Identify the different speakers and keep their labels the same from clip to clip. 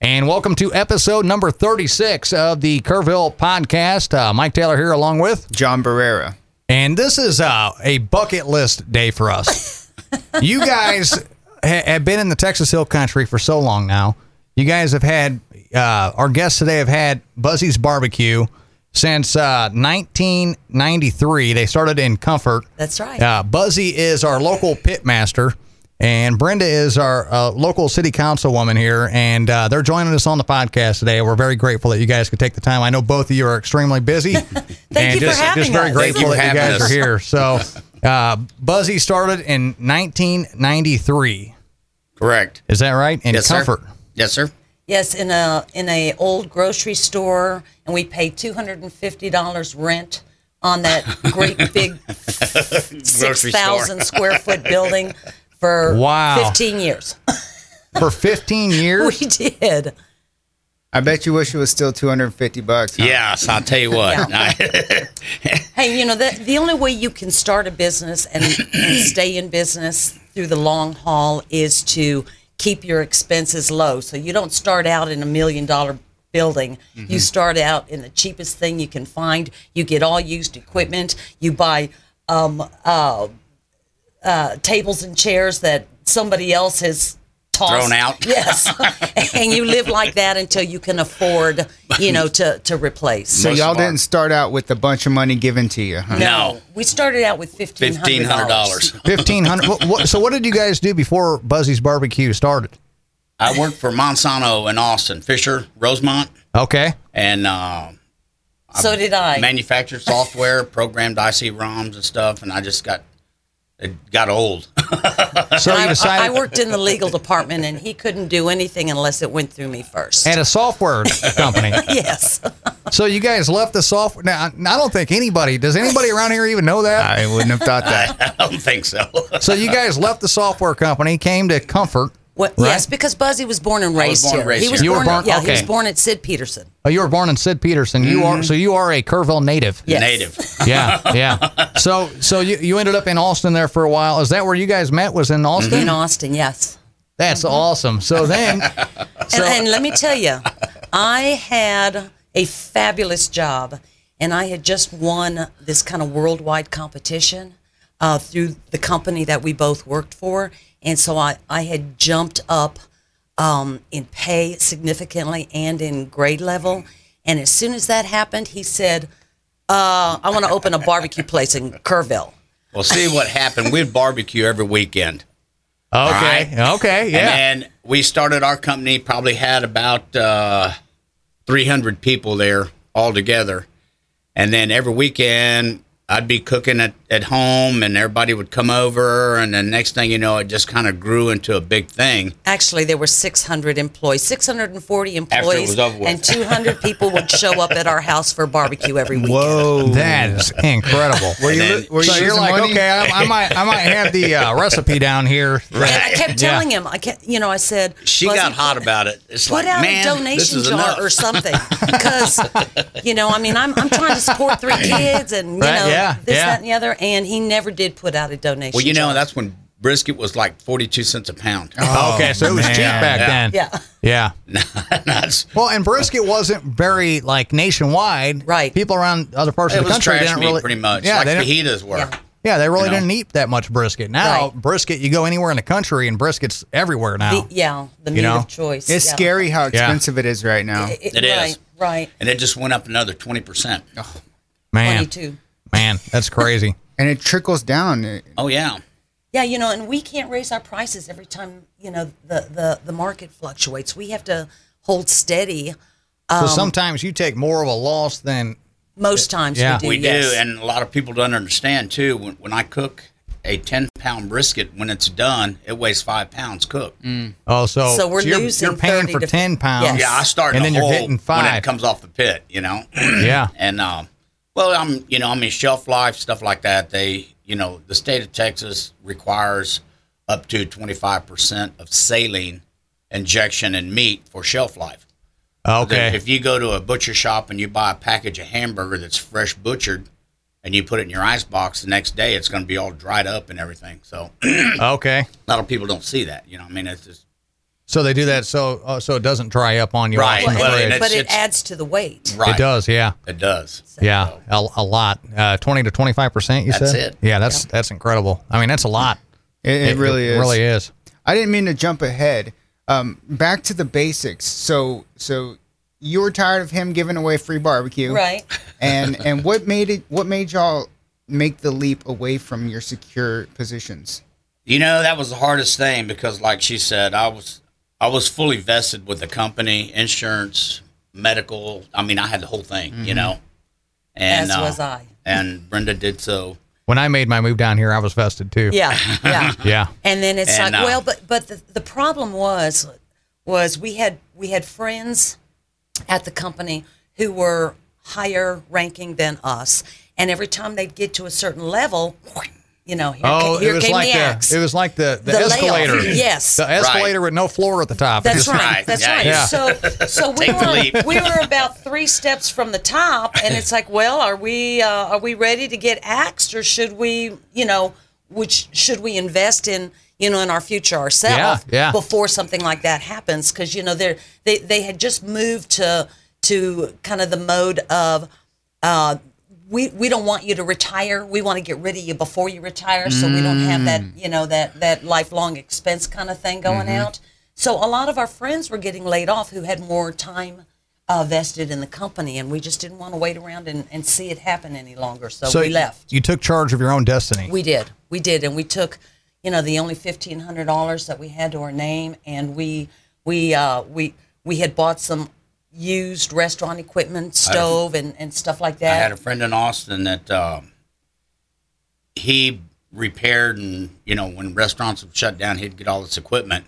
Speaker 1: And welcome to episode number 36 of the Kerrville podcast. Uh, Mike Taylor here, along with.
Speaker 2: John Barrera.
Speaker 1: And this is uh, a bucket list day for us. you guys ha- have been in the Texas Hill Country for so long now. You guys have had, uh, our guests today have had Buzzy's Barbecue since uh, 1993. They started in Comfort.
Speaker 3: That's right.
Speaker 1: Uh, Buzzy is our local pit master, and Brenda is our uh, local city councilwoman here, and uh, they're joining us on the podcast today. We're very grateful that you guys could take the time. I know both of you are extremely busy. Thank and
Speaker 3: you for
Speaker 1: just,
Speaker 3: having
Speaker 1: just very
Speaker 3: us.
Speaker 1: grateful
Speaker 2: Thank you
Speaker 1: that you
Speaker 2: for
Speaker 1: guys
Speaker 2: having
Speaker 1: are
Speaker 2: us.
Speaker 1: here. So, uh, Buzzy started in 1993.
Speaker 2: Correct.
Speaker 1: Is that right? In
Speaker 2: Yes,
Speaker 1: comfort.
Speaker 2: sir. Yes, sir.
Speaker 3: Yes, in a in a old grocery store, and we paid two hundred and fifty dollars rent on that great big six
Speaker 2: Grocery store.
Speaker 3: thousand square foot building for
Speaker 1: Wow.
Speaker 3: fifteen years.
Speaker 1: For 15
Speaker 3: we
Speaker 1: years.
Speaker 3: did.
Speaker 2: I bet you wish it was still 250 bucks. huh?
Speaker 4: Yes, I'll tell you what.
Speaker 3: Hey, you know that the only way you can start a business and, and stay in business through the long haul is to keep your expenses low. So you don't start out in a million dollar building.
Speaker 4: Mm-hmm.
Speaker 3: You start out in the cheapest thing you can find. You get all used equipment. You buy um, uh, uh, tables and chairs that somebody else has tossed.
Speaker 4: Thrown out.
Speaker 3: Yes, and you live like that until you can afford, you know, to to replace.
Speaker 2: So
Speaker 4: Most
Speaker 2: y'all
Speaker 4: of our-
Speaker 2: didn't start out with a bunch of money given to you. Huh?
Speaker 4: No.
Speaker 3: We started out with fifteen
Speaker 4: Fifteen hundred
Speaker 3: hundred dollars.
Speaker 4: dollars.
Speaker 1: 1500. What- what- so, what did you guys do before Buzzy's Barbecue started?
Speaker 4: I worked for Monsanto in Austin, Fisher, Rosemont,
Speaker 1: Okay.
Speaker 4: and uh,
Speaker 3: So did I.
Speaker 4: manufactured software, programmed IC ROMs and stuff. And I just got it got old.
Speaker 1: So, you
Speaker 3: I, I
Speaker 1: decided.
Speaker 3: worked in the legal department, and he couldn't do anything unless it went through me first.
Speaker 1: at a software company.
Speaker 3: yes,
Speaker 1: So you guys left the software. Now I I don't think anybody does. Anybody around here even know that?
Speaker 2: I wouldn't have thought that.
Speaker 4: I don't think so.
Speaker 1: So you guys left the software company, came to Comfort.
Speaker 3: Well, yes, because Buzzy was born and
Speaker 4: was
Speaker 3: raised
Speaker 4: born
Speaker 3: here.
Speaker 4: and raised
Speaker 3: he was
Speaker 4: here.
Speaker 1: You were
Speaker 3: born,
Speaker 1: born-
Speaker 3: yeah, he was
Speaker 1: okay.
Speaker 3: born at Sid Peterson.
Speaker 1: Oh, you were born in Sid Peterson. You are so you are a Kerrville native.
Speaker 3: Yes.
Speaker 4: Native.
Speaker 1: Yeah, yeah. So so you, you ended up in Austin there for a while. Is that where you guys met? Was in Austin?
Speaker 3: in Austin. Yes,
Speaker 2: Mm-hmm.
Speaker 1: That's awesome. So then, so
Speaker 3: and, and let me tell you, I had a fabulous job, and I had just won this kind of worldwide competition uh, through the company that we both worked for, and so I, I had jumped up um, in pay significantly and in grade level. And as soon as that happened, he said, uh, "I want to open a barbecue place in Kerrville."
Speaker 4: Well, see what happened. We'd barbecue every weekend.
Speaker 1: okay, okay, yeah.
Speaker 4: And then we started our company, probably had about uh, 300 people there all together. And then every weekend, I'd be cooking at, at home and everybody would come over. And the next thing you know, it just kind of grew into a big thing.
Speaker 3: Actually, there were 600 employees, 640
Speaker 4: it was
Speaker 3: employees,
Speaker 4: over with.
Speaker 3: and 200 people would show up at our house for barbecue every weekend.
Speaker 1: That is incredible.
Speaker 2: Were you,
Speaker 4: And
Speaker 2: lo-
Speaker 4: then-
Speaker 2: were you
Speaker 1: so you're
Speaker 2: losing
Speaker 1: like,
Speaker 2: money?
Speaker 1: okay, I, I might I might have the uh, recipe down here.
Speaker 3: And I kept
Speaker 1: Yeah.
Speaker 3: telling him, I kept, you know, I said,
Speaker 4: She
Speaker 3: "Buzzy,
Speaker 4: got hot about it. It's
Speaker 3: Put
Speaker 4: like,
Speaker 3: out
Speaker 4: man,
Speaker 3: a
Speaker 4: this
Speaker 3: donation
Speaker 4: is
Speaker 3: jar
Speaker 4: enough.
Speaker 3: or something, because you know, I mean, I'm, I'm trying to support three kids, and you
Speaker 1: Right,
Speaker 3: know,
Speaker 1: yeah,
Speaker 3: this,
Speaker 1: yeah.
Speaker 3: that, and the other. And he never did put out a donation.
Speaker 4: Well, you know,
Speaker 3: jar.
Speaker 4: that's when brisket was like 42 cents a pound.
Speaker 1: okay, so it was cheap
Speaker 2: man.
Speaker 1: back then.
Speaker 3: Yeah.
Speaker 1: Yeah.
Speaker 4: That's-
Speaker 1: Well, and brisket wasn't very like nationwide.
Speaker 3: Right.
Speaker 1: People around other parts
Speaker 4: it
Speaker 1: of the
Speaker 4: was
Speaker 1: country
Speaker 4: trash
Speaker 1: didn't
Speaker 4: meat
Speaker 1: really
Speaker 4: pretty much,
Speaker 1: Yeah,
Speaker 4: like
Speaker 1: they didn't,
Speaker 4: fajitas were.
Speaker 3: Yeah.
Speaker 1: yeah, they really
Speaker 4: you know.
Speaker 1: didn't eat that much brisket. Now
Speaker 3: Right.
Speaker 1: brisket, you go anywhere in the country and brisket's everywhere now.
Speaker 3: the, yeah, the meat
Speaker 1: know,
Speaker 3: of choice.
Speaker 2: It's
Speaker 3: yeah.
Speaker 2: scary how expensive it is right now.
Speaker 4: It is.
Speaker 3: right, right.
Speaker 4: And it just went up another 20%.
Speaker 1: man,
Speaker 3: 22.
Speaker 1: man, that's crazy.
Speaker 2: And it trickles down. It-
Speaker 4: Oh, yeah.
Speaker 3: Yeah, you know, and we can't raise our prices every time you know the the the market fluctuates. We have to hold steady
Speaker 1: so
Speaker 3: Um,
Speaker 1: sometimes you take more of a loss than
Speaker 3: most times.
Speaker 1: Yeah.
Speaker 3: we do.
Speaker 4: We
Speaker 3: yes.
Speaker 4: do, and a lot of people don't understand too. When, when I cook a ten pound brisket, when it's done, it weighs five pounds cooked.
Speaker 1: oh, so
Speaker 3: So we're
Speaker 1: you're,
Speaker 3: losing
Speaker 1: you're paying
Speaker 3: 30
Speaker 1: for
Speaker 3: to-
Speaker 1: ten pounds.
Speaker 3: Yes.
Speaker 4: Yeah, I start in
Speaker 1: and
Speaker 4: a
Speaker 1: then you're
Speaker 4: hole
Speaker 1: getting
Speaker 4: when
Speaker 1: five.
Speaker 4: it comes off the pit, you know.
Speaker 1: yeah,
Speaker 4: and um, well, I'm you know, I mean, shelf life stuff like that. They, you know, the state of Texas requires up to twenty five percent of saline injection in meat for shelf life.
Speaker 1: okay,
Speaker 4: If you go to a butcher shop and you buy a package of hamburger that's fresh butchered and you put it in your ice box the next day, it's going to be all dried up and everything. So a
Speaker 1: okay.
Speaker 4: lot of people don't see that. You know, I mean, it's just
Speaker 1: So they do that so uh, so it doesn't dry up on you.
Speaker 4: Right.
Speaker 1: on the
Speaker 4: Well,
Speaker 1: fridge.
Speaker 4: and
Speaker 3: but it
Speaker 4: it's-
Speaker 3: adds to the weight.
Speaker 4: Right.
Speaker 1: It does, yeah.
Speaker 4: It does.
Speaker 1: Yeah, a, a lot. Uh, 20 to 25%, you
Speaker 4: That's
Speaker 1: said?
Speaker 4: it.
Speaker 1: Yeah, that's that's incredible. I mean, that's a lot.
Speaker 2: It, it really is.
Speaker 1: really is.
Speaker 2: I didn't mean to jump ahead. Um, back to the basics. So, so you were tired of him giving away free barbecue,
Speaker 3: Right.
Speaker 2: And and what made it? What made y'all make the leap away from your secure positions?
Speaker 4: You know, that was the hardest thing because like she said, I was I was fully vested with the company, insurance, medical. I mean, I had the whole thing,
Speaker 1: Mm-hmm.
Speaker 4: you know. And uh,
Speaker 3: As was I.
Speaker 4: And Brenda did so.
Speaker 1: When I made my move down here, I was vested too.
Speaker 3: Yeah, yeah.
Speaker 1: Yeah.
Speaker 3: And then it's
Speaker 4: And,
Speaker 3: like,
Speaker 4: uh,
Speaker 3: well, but but the, the problem was was we had we had friends at the company who were higher ranking than us, and every time they'd get to a certain level, you know, here,
Speaker 1: Oh,
Speaker 3: ca- here
Speaker 1: it was
Speaker 3: came
Speaker 1: like
Speaker 3: the axe.
Speaker 1: the, it was like the, the,
Speaker 3: The layoff.
Speaker 1: escalator.
Speaker 3: Yes.
Speaker 1: The escalator with no floor at the top.
Speaker 3: That's
Speaker 1: Just-
Speaker 3: right.
Speaker 4: right.
Speaker 3: That's
Speaker 4: Yeah,
Speaker 3: right.
Speaker 1: yeah.
Speaker 3: So, so we
Speaker 4: Take the
Speaker 3: were
Speaker 4: leap.
Speaker 3: we were about three steps from the top, and it's like, well, are we uh, are we ready to get axed, or should we, you know, which should we invest in, you know, in our future ourselves
Speaker 1: Yeah, yeah.
Speaker 3: before something like that happens? Because you know, they they they had just moved to to kind of the mode of. Uh, we, we don't want you to retire. We want to get rid of you before you retire, so we don't have that you know that that lifelong expense kind of thing going out. So a lot of our friends were getting laid off who had more time uh, vested in the company, and we just didn't want to wait around and, and see it happen any longer. So,
Speaker 1: So
Speaker 3: we left.
Speaker 1: You took charge of your own destiny.
Speaker 3: We did. We did, and we took, you know, the only fifteen hundred dollars that we had to our name, and we we uh, we we had bought some used restaurant equipment, stove, and, and stuff like that.
Speaker 4: I had a friend in Austin that um, he repaired, and you know, when restaurants would shut down, he'd get all this equipment,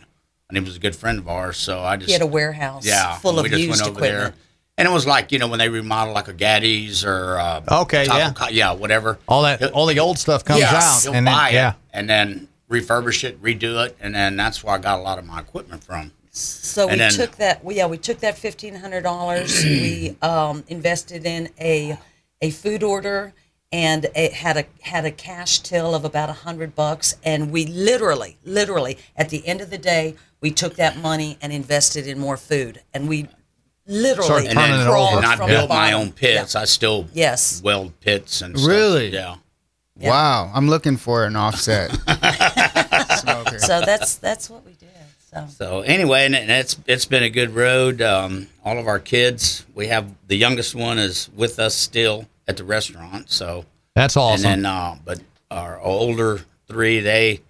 Speaker 4: and he was a good friend of ours. So I just
Speaker 3: he had a warehouse
Speaker 4: yeah,
Speaker 3: full
Speaker 4: and
Speaker 3: of
Speaker 4: we just
Speaker 3: used
Speaker 4: went over there.
Speaker 3: equipment.
Speaker 4: And it was like you know when they remodel like a Gaddy's or uh,
Speaker 1: Okay,
Speaker 4: Taco
Speaker 1: yeah.
Speaker 4: Co- yeah, whatever.
Speaker 1: all that all the old stuff comes
Speaker 4: yes,
Speaker 1: out
Speaker 4: you'll
Speaker 1: and
Speaker 4: buy
Speaker 1: then, yeah.
Speaker 4: it and then refurbish it, redo it, and then that's where I got a lot of my equipment from.
Speaker 3: So we
Speaker 4: And then-
Speaker 3: took that. well, Yeah, we took that fifteen hundred dollars. we um, invested in a a food order and it had a had a cash till of about a hundred bucks. And we literally, literally, at the end of the day, we took that money and invested in more food. And we literally
Speaker 1: Started
Speaker 4: And then
Speaker 1: Turning it
Speaker 3: crawled
Speaker 1: over.
Speaker 4: and I
Speaker 3: from the
Speaker 4: built my
Speaker 3: bottom.
Speaker 4: own pits. I still
Speaker 3: Yes.
Speaker 4: weld pits and stuff.
Speaker 2: Really?
Speaker 4: yeah.
Speaker 2: Wow, I'm looking for an offset. Smoker.
Speaker 3: So that's that's what we did. So
Speaker 4: So anyway, and and it's it's been a good road. Um, all of our kids, we have the youngest one is with us still at the restaurant. So
Speaker 1: That's awesome.
Speaker 4: and then, uh, but our older three, they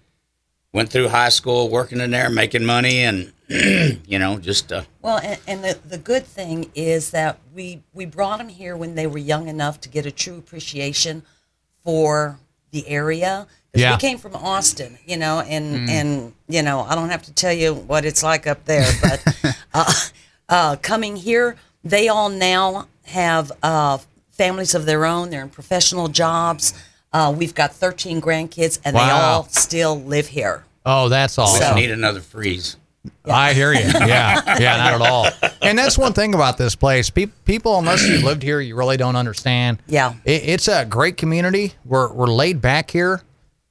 Speaker 4: went through high school, working in there, making money, and you know, just uh,
Speaker 3: Well, and, and the, the good thing is that we, we brought them here when they were young enough to get a true appreciation for the area. 'Cause
Speaker 1: Yeah. Mm.
Speaker 3: We came from Austin, you know, and, and, you know, I don't have to tell you what it's like up there, but uh, uh, coming here, they all now have uh, families of their own. They're in professional jobs. Uh, we've got 13 grandkids, and they
Speaker 1: Wow.
Speaker 3: all still live here.
Speaker 1: oh, that's
Speaker 4: we
Speaker 1: awesome.
Speaker 4: just need another freeze.
Speaker 1: I hear you. Yeah, yeah, not at all. And that's one thing about this place. Pe- people, unless you lived here, you really don't understand.
Speaker 3: Yeah.
Speaker 1: it, it's a great community. We're we're laid back here.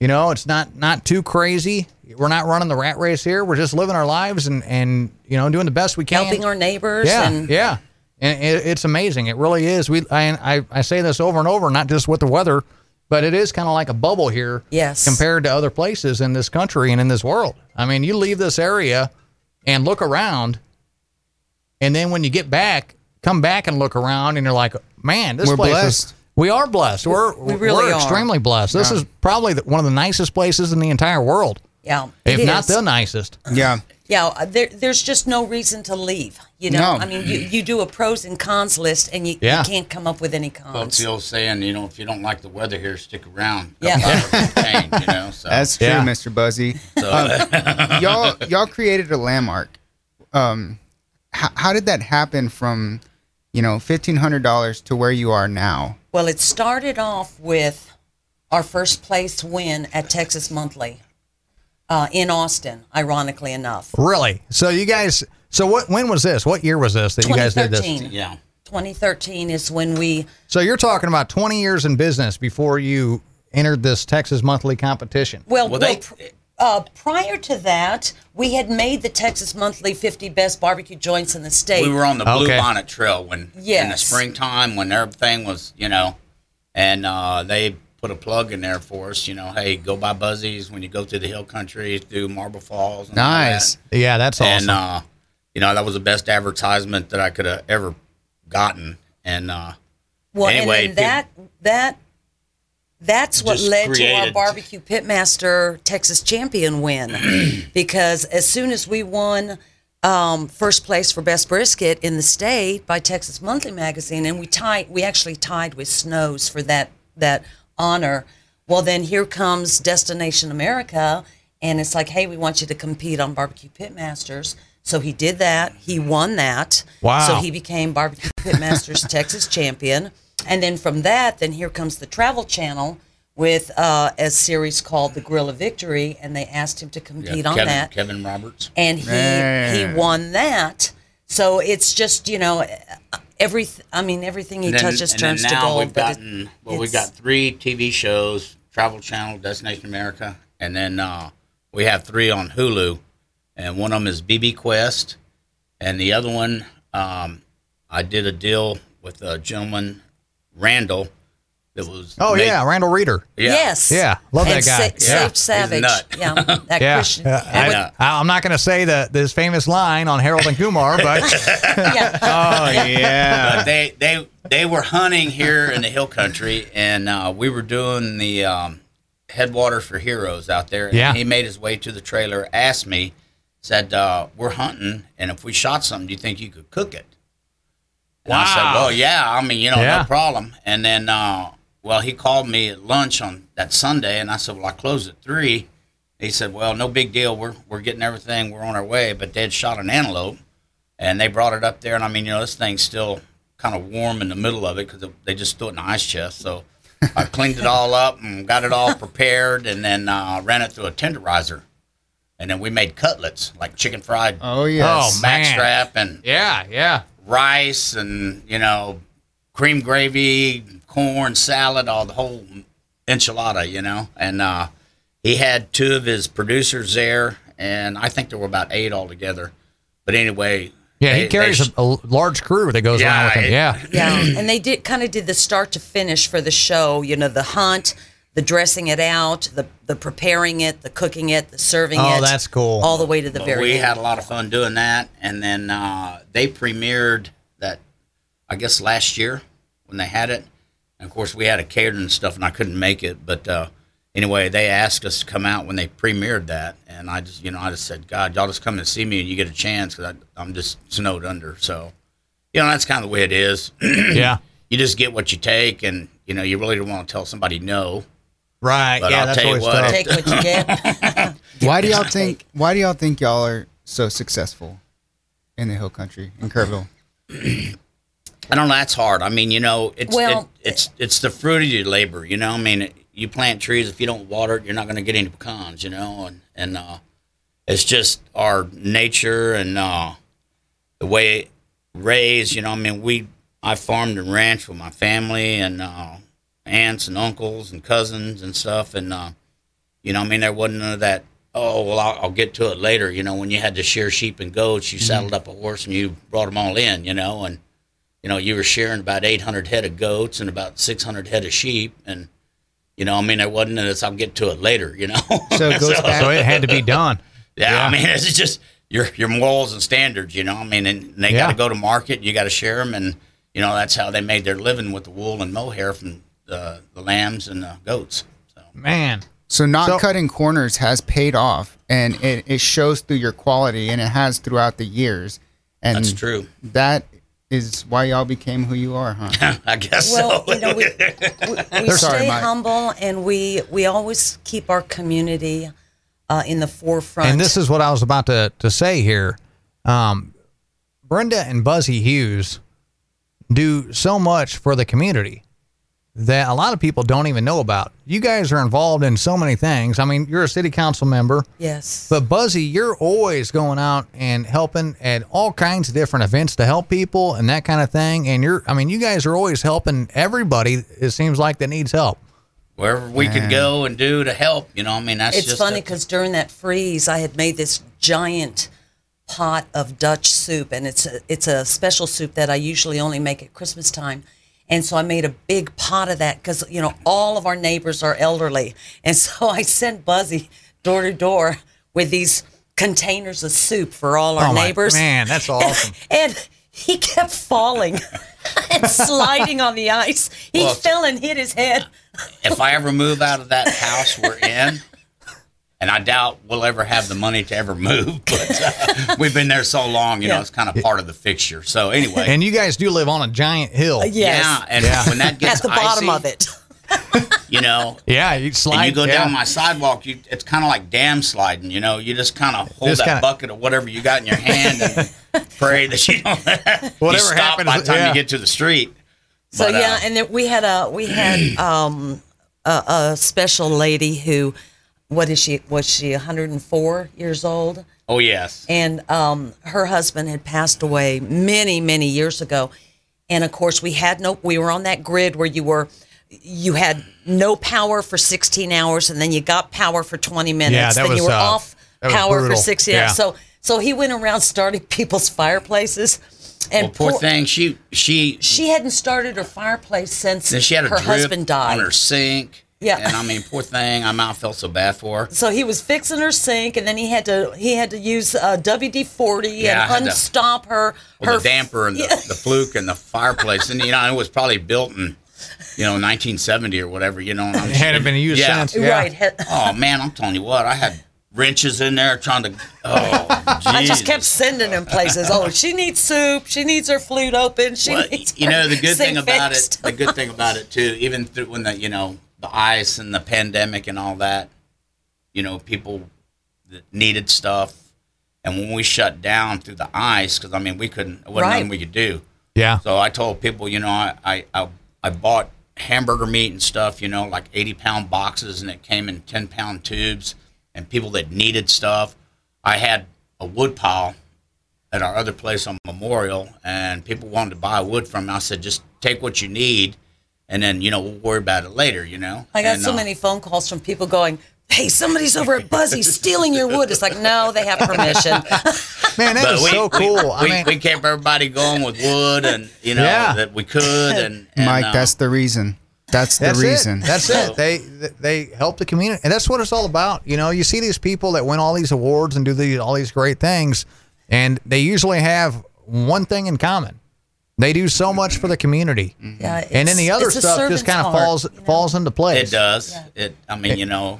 Speaker 1: You know, it's not not too crazy. We're not running the rat race here. We're just living our lives and and you know doing the best we can.
Speaker 3: Helping our neighbors
Speaker 1: yeah,
Speaker 3: and
Speaker 1: yeah. And it, it's amazing. It really is. We I, I I say this over and over, not just with the weather, but it is kind of like a bubble here.
Speaker 3: Yes.
Speaker 1: Compared to other places in this country and in this world. I mean, you leave this area and look around, and then when you get back, come back and look around, and you're like, man, this
Speaker 2: We're
Speaker 1: place Is,
Speaker 2: blessed.
Speaker 1: we are blessed. We're
Speaker 3: We really
Speaker 1: we're
Speaker 3: are.
Speaker 1: extremely blessed. This is probably the, one of the nicest places in the entire world,
Speaker 3: yeah.
Speaker 1: if
Speaker 3: it
Speaker 1: not
Speaker 3: is.
Speaker 1: the nicest.
Speaker 2: yeah.
Speaker 3: Yeah, uh, there, there's just no reason to leave. You know,
Speaker 2: No.
Speaker 3: I mean, you, you do a pros and cons list, and you,
Speaker 1: Yeah.
Speaker 3: you can't come up with any
Speaker 4: Well, it's
Speaker 3: cons.
Speaker 4: the old saying, you know, if you don't like the weather here, stick around.
Speaker 3: Yeah.
Speaker 4: change, you know. So,
Speaker 2: That's true,
Speaker 1: Yeah.
Speaker 2: Mr. Buzzy. Um,
Speaker 4: so
Speaker 2: y'all y'all created a landmark. Um, how, how did that happen from, you know, fifteen hundred dollars to where you are now?
Speaker 3: Well, it started off with our first place win at Texas Monthly uh, in Austin, ironically enough,
Speaker 1: Really? So you guys? So what? When was this? What year was this that you guys did this?
Speaker 3: 2013.
Speaker 4: yeah.
Speaker 3: 2013 is when we
Speaker 1: So you're talking about 20 years in business before you entered this Texas Monthly competition.
Speaker 3: well,
Speaker 4: Well,
Speaker 3: well,
Speaker 4: they
Speaker 3: pr- uh, prior to that, we had made the Texas Monthly 50 Best Barbecue Joints in the state.
Speaker 4: We were on the
Speaker 1: Okay.
Speaker 4: Blue Bonnet Trail when in the
Speaker 3: Yes.
Speaker 4: springtime when everything was, you know, and uh, they put a plug in there for us. You know, hey, go by Buzzies when you go through the hill country, through Marble Falls. And all that.
Speaker 2: Nice.
Speaker 1: Yeah, that's awesome.
Speaker 4: And uh, you know, that was the best advertisement that I could have ever gotten. And uh,
Speaker 3: Well,
Speaker 4: Anyway,
Speaker 3: and, and that that that's what
Speaker 5: Just
Speaker 3: led to our
Speaker 5: created-
Speaker 3: barbecue pitmaster Texas champion win, because as soon as we won um, first place for best brisket in the state by Texas Monthly magazine, and we tied, we actually tied with Snows for that that honor. Well, then here comes Destination America, and it's like, hey, we want you to compete on barbecue pitmasters. So he did that. He won that.
Speaker 1: Wow.
Speaker 3: So he became barbecue pitmasters Texas champion, and then from that, then here comes the Travel Channel with uh, a series called The Grill of Victory, and they asked him to compete on
Speaker 4: Kevin,
Speaker 3: that,
Speaker 4: Kevin Roberts.
Speaker 3: and he
Speaker 2: Man.
Speaker 3: he won that. So it's just you know every I mean everything he
Speaker 4: And then-
Speaker 3: touches
Speaker 4: and then
Speaker 3: turns to
Speaker 4: now
Speaker 3: gold.
Speaker 4: We've
Speaker 3: but it-
Speaker 4: gotten well, we've
Speaker 3: it's-
Speaker 4: got three TV shows: Travel Channel, Destination America, and then uh, we have three on Hulu, and one of them is BB Quest, and the other one um, I did a deal with a gentleman, Randall, that was
Speaker 1: oh
Speaker 4: ma-
Speaker 1: yeah, Randall Reeder.
Speaker 3: Yes.
Speaker 1: Yeah, love that
Speaker 3: And
Speaker 1: guy.
Speaker 3: Sa-
Speaker 1: Yeah.
Speaker 3: Saved Savage.
Speaker 4: nut.
Speaker 3: Yeah. That
Speaker 1: Yeah,
Speaker 3: Christian.
Speaker 1: yeah,
Speaker 4: I
Speaker 1: I,
Speaker 4: know.
Speaker 1: am not going to say the this famous line on Harold and Kumar, but
Speaker 3: yeah.
Speaker 1: Uh,
Speaker 2: Oh yeah.
Speaker 4: But they they they were hunting here in the hill country, and uh, we were doing the um, headwater for heroes out there. And
Speaker 1: Yeah.
Speaker 4: he made his way to the trailer, asked me, said, uh, "We're hunting, and if we shot something, do you think you could cook it?" And I
Speaker 1: Wow.
Speaker 4: said, "Well, yeah. I mean, you know,
Speaker 1: Yeah.
Speaker 4: no problem." And then, uh, well, he called me at lunch on that Sunday, and I said, "Well, I close at three. He said, "Well, no big deal. We're we're getting everything. We're on our way." But they had shot an antelope, and they brought it up there. And I mean, you know, this thing's still kind of warm in the middle of it because they just threw it in the ice chest. So I cleaned it all up and got it all prepared, and then uh, ran it through a tenderizer, and then we made cutlets like chicken fried
Speaker 2: Oh yes.
Speaker 1: Oh, man.
Speaker 4: backstrap and
Speaker 1: yeah, yeah,
Speaker 4: rice and you know cream gravy corn salad all the whole enchilada you know and uh, he had two of his producers there and i think there were about eight altogether but anyway
Speaker 1: yeah.
Speaker 4: they-
Speaker 1: He
Speaker 4: they
Speaker 1: carries
Speaker 4: sh-
Speaker 1: a, a large crew that goes around with him.
Speaker 4: it-
Speaker 1: yeah,
Speaker 3: Yeah, and they did kind of did the start to finish for the show. You know, the hunt, the dressing it out, the the preparing it, the cooking it, the serving
Speaker 1: Oh,
Speaker 3: it.
Speaker 1: that's cool.
Speaker 3: All the way to the
Speaker 4: But
Speaker 3: very
Speaker 4: we
Speaker 3: end.
Speaker 4: had a lot of fun doing that and then uh, they premiered that i guess last year when they had it and of course we had a catering and stuff and i couldn't make it but uh, anyway they asked us to come out when they premiered that and i just you know i just said god y'all just come and see me and you get a chance because i'm just snowed under so you know that's kind of the way it is
Speaker 1: yeah.
Speaker 4: you just get what you take and you know you really don't want to tell somebody no
Speaker 1: Right.
Speaker 4: But
Speaker 1: yeah,
Speaker 4: I'll
Speaker 1: that's
Speaker 4: tell you
Speaker 1: always
Speaker 4: what,
Speaker 1: tough.
Speaker 3: Take what you get.
Speaker 2: Why do y'all think? Why do y'all think y'all are so successful in the hill country in Kerrville?
Speaker 4: I don't know. That's hard. I mean, you know, it's
Speaker 3: Well-
Speaker 4: it, it's it's the fruit of your labor. You know, I mean, it, you plant trees. If you don't water it, you're not going to get any pecans. You know, and and uh, it's just our nature and uh, the way it raised. You know, I mean, we I farmed and ranched with my family and uh, aunts and uncles and cousins and stuff. And uh, you know, I mean, there wasn't none of that. Oh well, I'll, I'll get to it later. You know, when you had to shear sheep and goats, you saddled up a horse and you brought them all in. You know, and you know, you were shearing about 800 head of goats and about 600 head of sheep. And, you know, I mean, there wasn't this, I'll get to it later, you know?
Speaker 2: So it goes back.
Speaker 1: so it had to be done.
Speaker 4: yeah, I mean, it's just your, your morals and standards, you know? I mean, and they
Speaker 1: Yeah.
Speaker 4: got to go to market, you got to share them. And, you know, that's how they made their living with the wool and mohair from the, the lambs and the goats. So,
Speaker 1: Man.
Speaker 2: So not
Speaker 1: So-
Speaker 2: cutting corners has paid off, and it, it shows through your quality, and it has throughout the years. And
Speaker 4: That's true.
Speaker 2: That is why y'all became who you are, huh?
Speaker 4: I guess
Speaker 3: Well,
Speaker 4: so.
Speaker 3: you know, we, we, we
Speaker 2: Sorry,
Speaker 3: stay
Speaker 2: Mike.
Speaker 3: humble and we we always keep our community uh, in the forefront.
Speaker 1: And this is what I was about to, to say here. Um, Brenda and Buzzy Hughes do so much for the community that a lot of people don't even know about. You guys are involved in so many things. I mean, you're a city council member,
Speaker 3: yes.
Speaker 1: but Buzzy, you're always going out and helping at all kinds of different events to help people and that kind of thing. And you're, I mean, you guys are always helping everybody, it seems like, that needs help.
Speaker 4: wherever we could go and do to help. You know, I mean, that's
Speaker 3: It's
Speaker 4: just
Speaker 3: funny
Speaker 4: a-
Speaker 3: because during that freeze, I had made this giant pot of Dutch soup, and it's a, it's a special soup that I usually only make at Christmas time. And so I made a big pot of that because you know all of our neighbors are elderly, and so I sent Buzzy door to door with these containers of soup for all our
Speaker 1: Oh, my-
Speaker 3: neighbors.
Speaker 1: man, that's awesome.
Speaker 3: and he kept falling and sliding on the ice. He
Speaker 4: Well,
Speaker 3: fell and hit his head.
Speaker 4: if I ever move out of that house we're in, and I doubt we'll ever have the money to ever move, but uh, we've been there so long, you know,
Speaker 3: Yeah.
Speaker 4: it's kind of part of the fixture. So anyway,
Speaker 1: And you guys do live on a giant hill.
Speaker 3: Yes.
Speaker 4: yeah, and
Speaker 1: Yeah.
Speaker 4: when that gets
Speaker 3: At the bottom
Speaker 4: icy,
Speaker 3: of it.
Speaker 4: you know.
Speaker 1: Yeah, you slide.
Speaker 4: And you go
Speaker 1: yeah.
Speaker 4: down my sidewalk, you, it's kind of like dam sliding, you know. You just kind of hold
Speaker 1: Just
Speaker 4: that
Speaker 1: kinda-
Speaker 4: bucket of whatever you got in your hand and pray that you don't
Speaker 1: Whatever
Speaker 4: you stop
Speaker 1: happens,
Speaker 4: by the time
Speaker 1: yeah.
Speaker 4: you get to the street.
Speaker 3: So
Speaker 4: But, uh,
Speaker 3: yeah, and then we had a we had um a, a special lady who, what is she? Was she 104 years old?
Speaker 4: Oh yes,
Speaker 3: And um, her husband had passed away many many years ago, and of course we had no. We were on that grid where you were, you had no power for 16 hours, and then you got power for 20 minutes.
Speaker 1: Yeah, that
Speaker 3: then
Speaker 1: was,
Speaker 3: you were
Speaker 1: uh,
Speaker 3: off
Speaker 1: that was
Speaker 3: power for
Speaker 1: brutal.
Speaker 3: 16
Speaker 1: Yeah.
Speaker 3: hours. So so he went around starting people's fireplaces, and
Speaker 4: well, poor,
Speaker 3: poor-
Speaker 4: thing. She she
Speaker 3: she hadn't started her fireplace since
Speaker 4: Then she had a
Speaker 3: her
Speaker 4: drip
Speaker 3: husband died.
Speaker 4: on her sink.
Speaker 3: Yeah.
Speaker 4: and I mean, poor thing. I, mean, I felt so bad for her.
Speaker 3: So he was fixing her sink, and then he had to he had to use uh, WD forty
Speaker 4: Yeah, I had
Speaker 3: and
Speaker 4: to-
Speaker 3: unstomp her.
Speaker 4: Well,
Speaker 3: her
Speaker 4: the damper and the, the fluke and the fireplace, and you know, it was probably built in, you know, 1970 or whatever. You know, and I'm
Speaker 1: It hadn't been used
Speaker 4: Yeah.
Speaker 1: since. Yeah.
Speaker 3: Right. he-
Speaker 4: Oh man, I'm telling you what, I had wrenches in there trying to. Oh,
Speaker 3: I just kept sending him places. Oh, she needs soup. She needs her flute open. She
Speaker 4: Well,
Speaker 3: needs.
Speaker 4: you know, the good thing about
Speaker 3: fixed.
Speaker 4: it, the good thing about it too, even through when the you know the ice and the pandemic and all that, you know, people that needed stuff, and when we shut down through the ice, because I mean, we couldn't, it wasn't
Speaker 3: Right.
Speaker 4: nothing we could do.
Speaker 1: Yeah.
Speaker 4: So I told people, you know, I, I, I, I bought hamburger meat and stuff, you know, like 80 pound boxes and it came in 10 pound tubes and people that needed stuff. I had a wood pile at our other place on Memorial and people wanted to buy wood from me. I said, just take what you need and then, you know, we'll worry about it later, you know?
Speaker 3: I got
Speaker 4: And,
Speaker 3: so
Speaker 4: uh,
Speaker 3: many phone calls from people going. Hey, somebody's over at Buzzy stealing your wood. It's like, no, they have permission.
Speaker 1: Man, that
Speaker 4: But
Speaker 1: is
Speaker 4: we,
Speaker 1: so
Speaker 4: we-
Speaker 1: cool.
Speaker 4: We,
Speaker 1: I mean,
Speaker 4: we kept everybody going with wood and, you know,
Speaker 1: Yeah.
Speaker 4: that we could. And, and,
Speaker 2: Mike,
Speaker 4: uh,
Speaker 2: that's the reason. That's the
Speaker 1: that's
Speaker 2: reason.
Speaker 1: It. That's it. They they help the community, and that's what it's all about. You know, you see these people that win all these awards and do these all these great things, and they usually have one thing in common: they do so much for the community,
Speaker 4: Mm-hmm.
Speaker 3: Yeah,
Speaker 1: and then
Speaker 3: it's-
Speaker 1: the other
Speaker 3: it's a
Speaker 1: stuff just
Speaker 3: servant's
Speaker 1: kind of
Speaker 3: heart,
Speaker 1: falls
Speaker 3: you know?
Speaker 1: falls into place.
Speaker 4: It does. It. I mean, you know,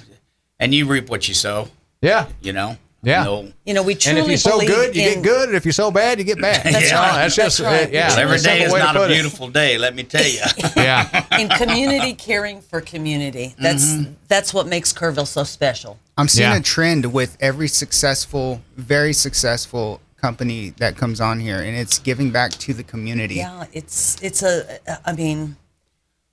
Speaker 4: and you reap what you sow.
Speaker 1: Yeah.
Speaker 4: You know.
Speaker 1: Yeah.
Speaker 4: No.
Speaker 3: You know, we
Speaker 1: And
Speaker 3: truly
Speaker 1: if you're so
Speaker 3: believe
Speaker 1: good, you
Speaker 3: in-
Speaker 1: get good. If you're so bad, you get bad.
Speaker 4: That's
Speaker 1: No,
Speaker 4: right.
Speaker 1: That's just
Speaker 3: That's right.
Speaker 1: yeah.
Speaker 4: Well, every
Speaker 1: that's the
Speaker 4: day is
Speaker 1: way to
Speaker 4: not a
Speaker 1: put it.
Speaker 4: beautiful day. Let me tell you.
Speaker 1: Yeah.
Speaker 3: in community caring for community. That's
Speaker 1: Mm-hmm.
Speaker 3: that's what makes Kerrville so special.
Speaker 2: I'm seeing
Speaker 1: Yeah.
Speaker 2: a trend with every successful, very successful company that comes on here, and it's giving back to the community.
Speaker 3: Yeah, it's it's a I mean,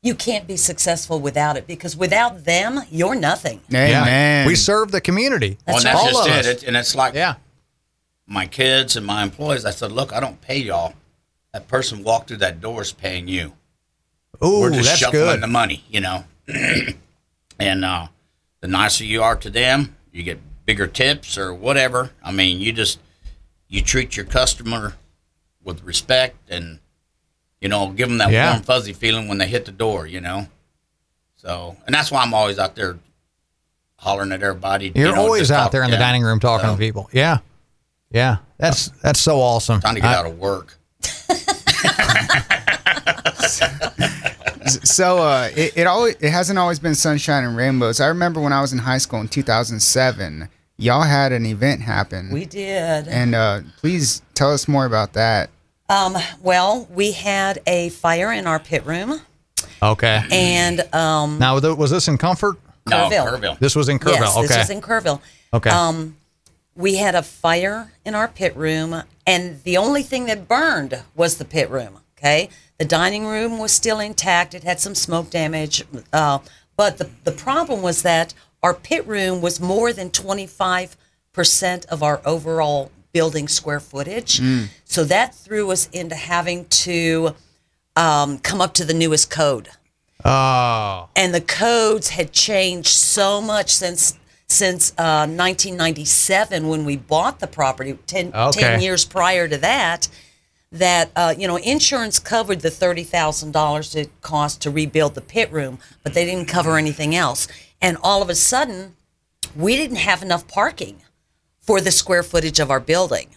Speaker 3: you can't be successful without it because without them, you're nothing.
Speaker 1: Yeah.
Speaker 2: Amen.
Speaker 1: We serve the community.
Speaker 4: well,
Speaker 3: That's
Speaker 4: and that's
Speaker 3: right.
Speaker 1: All
Speaker 4: just
Speaker 1: of
Speaker 4: it.
Speaker 1: us.
Speaker 4: It- And it's like
Speaker 1: Yeah.
Speaker 4: my kids and my employees. I said, look, I don't pay y'all. That person walked through that door is paying you.
Speaker 1: Ooh,
Speaker 4: We're just
Speaker 1: that's
Speaker 4: shuffling
Speaker 1: good.
Speaker 4: the money, you know. and uh, the nicer you are to them, you get bigger tips or whatever. I mean, you just you treat your customer with respect and you know give them that
Speaker 1: Yeah.
Speaker 4: warm fuzzy feeling when they hit the door, you know. So, and that's why I'm always out there hollering at everybody. you
Speaker 1: You're
Speaker 4: know,
Speaker 1: always
Speaker 4: just
Speaker 1: out
Speaker 4: talk-
Speaker 1: there in the
Speaker 4: yeah,
Speaker 1: dining room talking to people. Yeah. Yeah. That's that's so awesome.
Speaker 4: trying to get
Speaker 1: I-
Speaker 4: out of work.
Speaker 2: so uh, it, it always it hasn't always been sunshine and rainbows. I remember when I was in high school in 2007, y'all had an event happen,
Speaker 3: We did.
Speaker 2: and uh, please tell us more about that.
Speaker 3: Um, well, we had a fire in our pit room,
Speaker 1: okay.
Speaker 3: and um,
Speaker 1: Now, th- was this in comfort?
Speaker 4: No,
Speaker 3: Kerrville.
Speaker 4: Kerrville.
Speaker 1: This was in Kerrville.
Speaker 3: yes,
Speaker 1: okay.
Speaker 3: this was in Kerrville.
Speaker 1: okay.
Speaker 3: Um, we had a fire in our pit room, and the only thing that burned was the pit room. Okay, the dining room was still intact; it had some smoke damage, uh, but the the problem was that our pit room was more than twenty five percent of our overall building square footage, so that threw us into having to um, come up to the newest code.
Speaker 1: Oh,
Speaker 3: and the codes had changed so much since since uh, 1997 when we bought the property 10, 10
Speaker 1: Okay.
Speaker 3: years prior to that that uh, you know insurance covered the $30000 it cost to rebuild the pit room but they didn't cover anything else and all of a sudden we didn't have enough parking for the square footage of our building